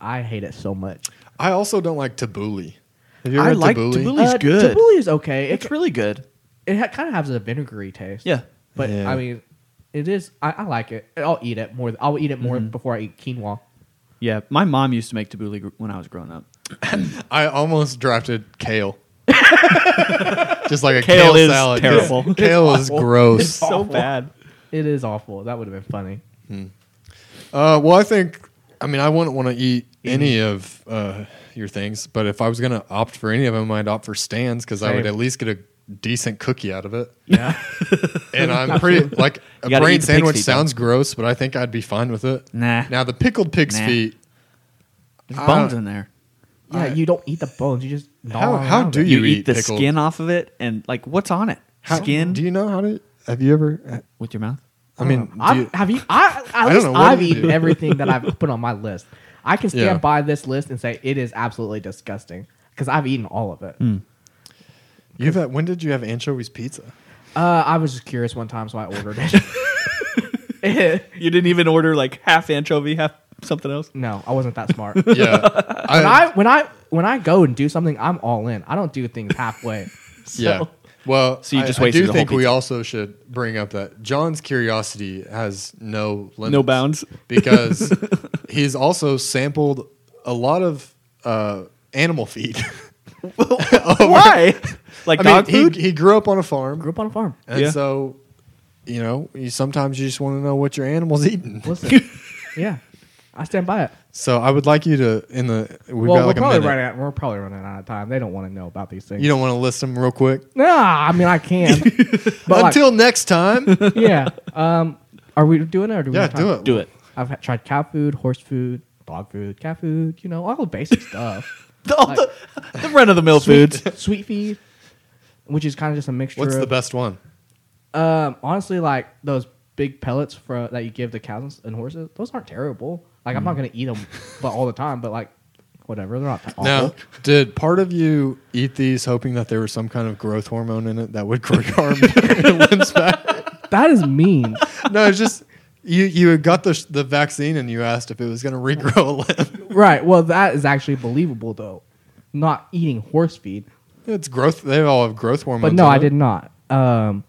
Speaker 3: I hate it so much.
Speaker 2: I, also don't like tabbouleh. Have you
Speaker 1: I
Speaker 2: ever had
Speaker 1: like
Speaker 2: tabbouleh?
Speaker 1: tabbouleh. Tabbouleh's good.
Speaker 3: Tabbouleh Uh, is okay. It's
Speaker 1: It's really good.
Speaker 3: it ha- kind of has a vinegary taste.
Speaker 1: Yeah.
Speaker 3: but
Speaker 2: Yeah.
Speaker 3: I mean, it is. I, I like it. I'll eat it more. I'll eat it more
Speaker 2: Mm-hmm.
Speaker 3: before I eat quinoa.
Speaker 1: Yeah. My mom used to make tabbouleh gr- when I was growing up.
Speaker 2: I almost drafted kale. just like a
Speaker 1: Kale
Speaker 2: kale,
Speaker 1: is
Speaker 2: salad.
Speaker 1: terrible.
Speaker 2: It's- Kale is gross.
Speaker 1: It's so
Speaker 3: awful.
Speaker 1: bad.
Speaker 3: It is awful. That would have been funny.
Speaker 2: Uh, well, I think I mean I wouldn't want to eat any of uh, your things, but if I was gonna opt for any of them, I'd opt for stands because I would
Speaker 3: Same.
Speaker 2: at least get a decent cookie out of it.
Speaker 3: Yeah.
Speaker 2: And I'm pretty like a
Speaker 1: gotta eat
Speaker 2: brain
Speaker 1: the pig's
Speaker 2: sandwich
Speaker 1: feet, though.
Speaker 2: sounds gross, but I think I'd be fine with it.
Speaker 1: Nah.
Speaker 2: Now the pickled pig's
Speaker 1: Nah.
Speaker 2: feet.
Speaker 1: There's
Speaker 2: I
Speaker 1: bones
Speaker 2: don't-
Speaker 1: in there.
Speaker 3: Yeah,
Speaker 2: I-
Speaker 3: you don't eat the bones. You just gnaw
Speaker 2: How- how
Speaker 3: around
Speaker 2: do
Speaker 3: it.
Speaker 2: You
Speaker 1: You, eat,
Speaker 2: eat
Speaker 1: the
Speaker 2: pickled-
Speaker 1: skin off of it, and like what's on it?
Speaker 2: How-
Speaker 1: skin
Speaker 2: Do you know how to? Have you ever?
Speaker 1: with your mouth.
Speaker 2: I mean,
Speaker 1: Um,
Speaker 2: do
Speaker 3: I,
Speaker 2: you,
Speaker 3: have you? I, at
Speaker 2: don't
Speaker 3: least
Speaker 2: know what
Speaker 3: I've
Speaker 2: do you
Speaker 3: eaten
Speaker 2: do?
Speaker 3: everything that I've put on my list. I can stand
Speaker 2: Yeah.
Speaker 3: by this list and say it is absolutely disgusting because I've eaten all of it.
Speaker 2: Hmm. you've had, when did you have anchovies pizza?
Speaker 3: Uh, I was just curious one time, so I ordered it.
Speaker 1: You didn't even order like half anchovy, half something else.
Speaker 3: no, I wasn't that smart.
Speaker 2: Yeah,
Speaker 3: When I when I when I go and do something, I'm all in. I don't do things halfway.
Speaker 2: yeah. Well,
Speaker 1: So you
Speaker 2: I-
Speaker 1: just
Speaker 2: I,
Speaker 1: wasted
Speaker 2: do
Speaker 1: the whole
Speaker 2: think we
Speaker 1: pizza.
Speaker 2: also should bring up that John's curiosity has no limits,
Speaker 1: No bounds.
Speaker 2: because he's also sampled a lot of uh, animal feed.
Speaker 1: Why? like
Speaker 2: Oh, I
Speaker 1: dog
Speaker 2: mean,
Speaker 1: food?
Speaker 2: he, he grew up on a farm,
Speaker 3: Grew up on a farm.
Speaker 2: and
Speaker 1: Yeah.
Speaker 2: so you know, you, sometimes you just want to know what your animal's eating.
Speaker 3: Listen, yeah, I stand by it.
Speaker 2: So I would like you to in the we've
Speaker 3: well,
Speaker 2: got
Speaker 3: we're
Speaker 2: like a
Speaker 3: probably
Speaker 2: minute.
Speaker 3: running out. We're probably running out of time. They don't want to know about these things.
Speaker 2: You don't want to list them real quick.
Speaker 3: Nah, I mean I can. but
Speaker 2: Until next time.
Speaker 3: like, yeah, um, are we doing it or do we?
Speaker 2: yeah,
Speaker 3: have time?
Speaker 2: do it.
Speaker 1: Do it.
Speaker 3: I've ha- tried cow food, horse food, dog food, cat food. You know all the basic stuff.
Speaker 1: All the, the run of the mill foods.
Speaker 3: Sweet feed, which is kind of just a mixture.
Speaker 2: What's the
Speaker 3: of-
Speaker 2: best one?
Speaker 3: Um, honestly, like those big pellets for that you give the cows and s- and horses, those aren't terrible. Like
Speaker 2: Mm.
Speaker 3: I'm not gonna eat them, but all the time. But like, whatever, they're not awful.
Speaker 2: Now, did part of you eat these hoping that there was some kind of growth hormone in it that would grow your arm and limbs back?
Speaker 3: That is mean.
Speaker 2: No, it's just you. You had got the the vaccine and you asked if it was going to regrow a limb.
Speaker 3: right. Well, that is actually believable though. Not eating horse feed,
Speaker 2: It's growth. They all have growth hormones.
Speaker 3: but no,
Speaker 2: in
Speaker 3: I
Speaker 2: it.
Speaker 3: did not. Um,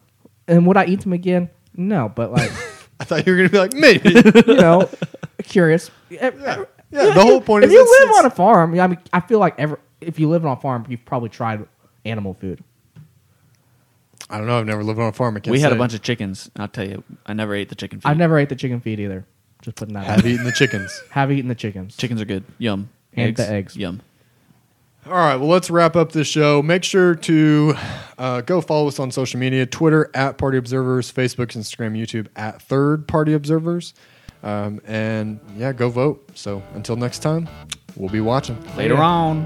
Speaker 3: and would I eat them again? No, but like,
Speaker 2: I thought you were going to be like maybe.
Speaker 3: you know, curious.
Speaker 2: yeah, the whole point
Speaker 3: if
Speaker 2: is
Speaker 3: you
Speaker 2: it's-
Speaker 3: live
Speaker 2: it's-
Speaker 3: on a farm, I mean, I feel like ever if you live on a farm, you've probably tried animal food.
Speaker 2: I don't know. I've never lived on a farm. I can't
Speaker 4: we had a
Speaker 2: say.
Speaker 4: bunch of chickens. and I'll tell you, I never ate the chicken feet.
Speaker 3: I've never ate the chicken feet either. Just putting that.
Speaker 2: Have
Speaker 3: out.
Speaker 2: eaten the chickens.
Speaker 3: Have eaten the chickens.
Speaker 4: Chickens are good. Yum.
Speaker 3: And the eggs.
Speaker 4: Yum.
Speaker 2: All right, well, let's wrap up this show. Make sure to uh, go follow us on social media Twitter at Party Observers, Facebook, Instagram, YouTube at Third Party Observers. Um, and yeah, go vote. So until next time, we'll be watching.
Speaker 4: Later on.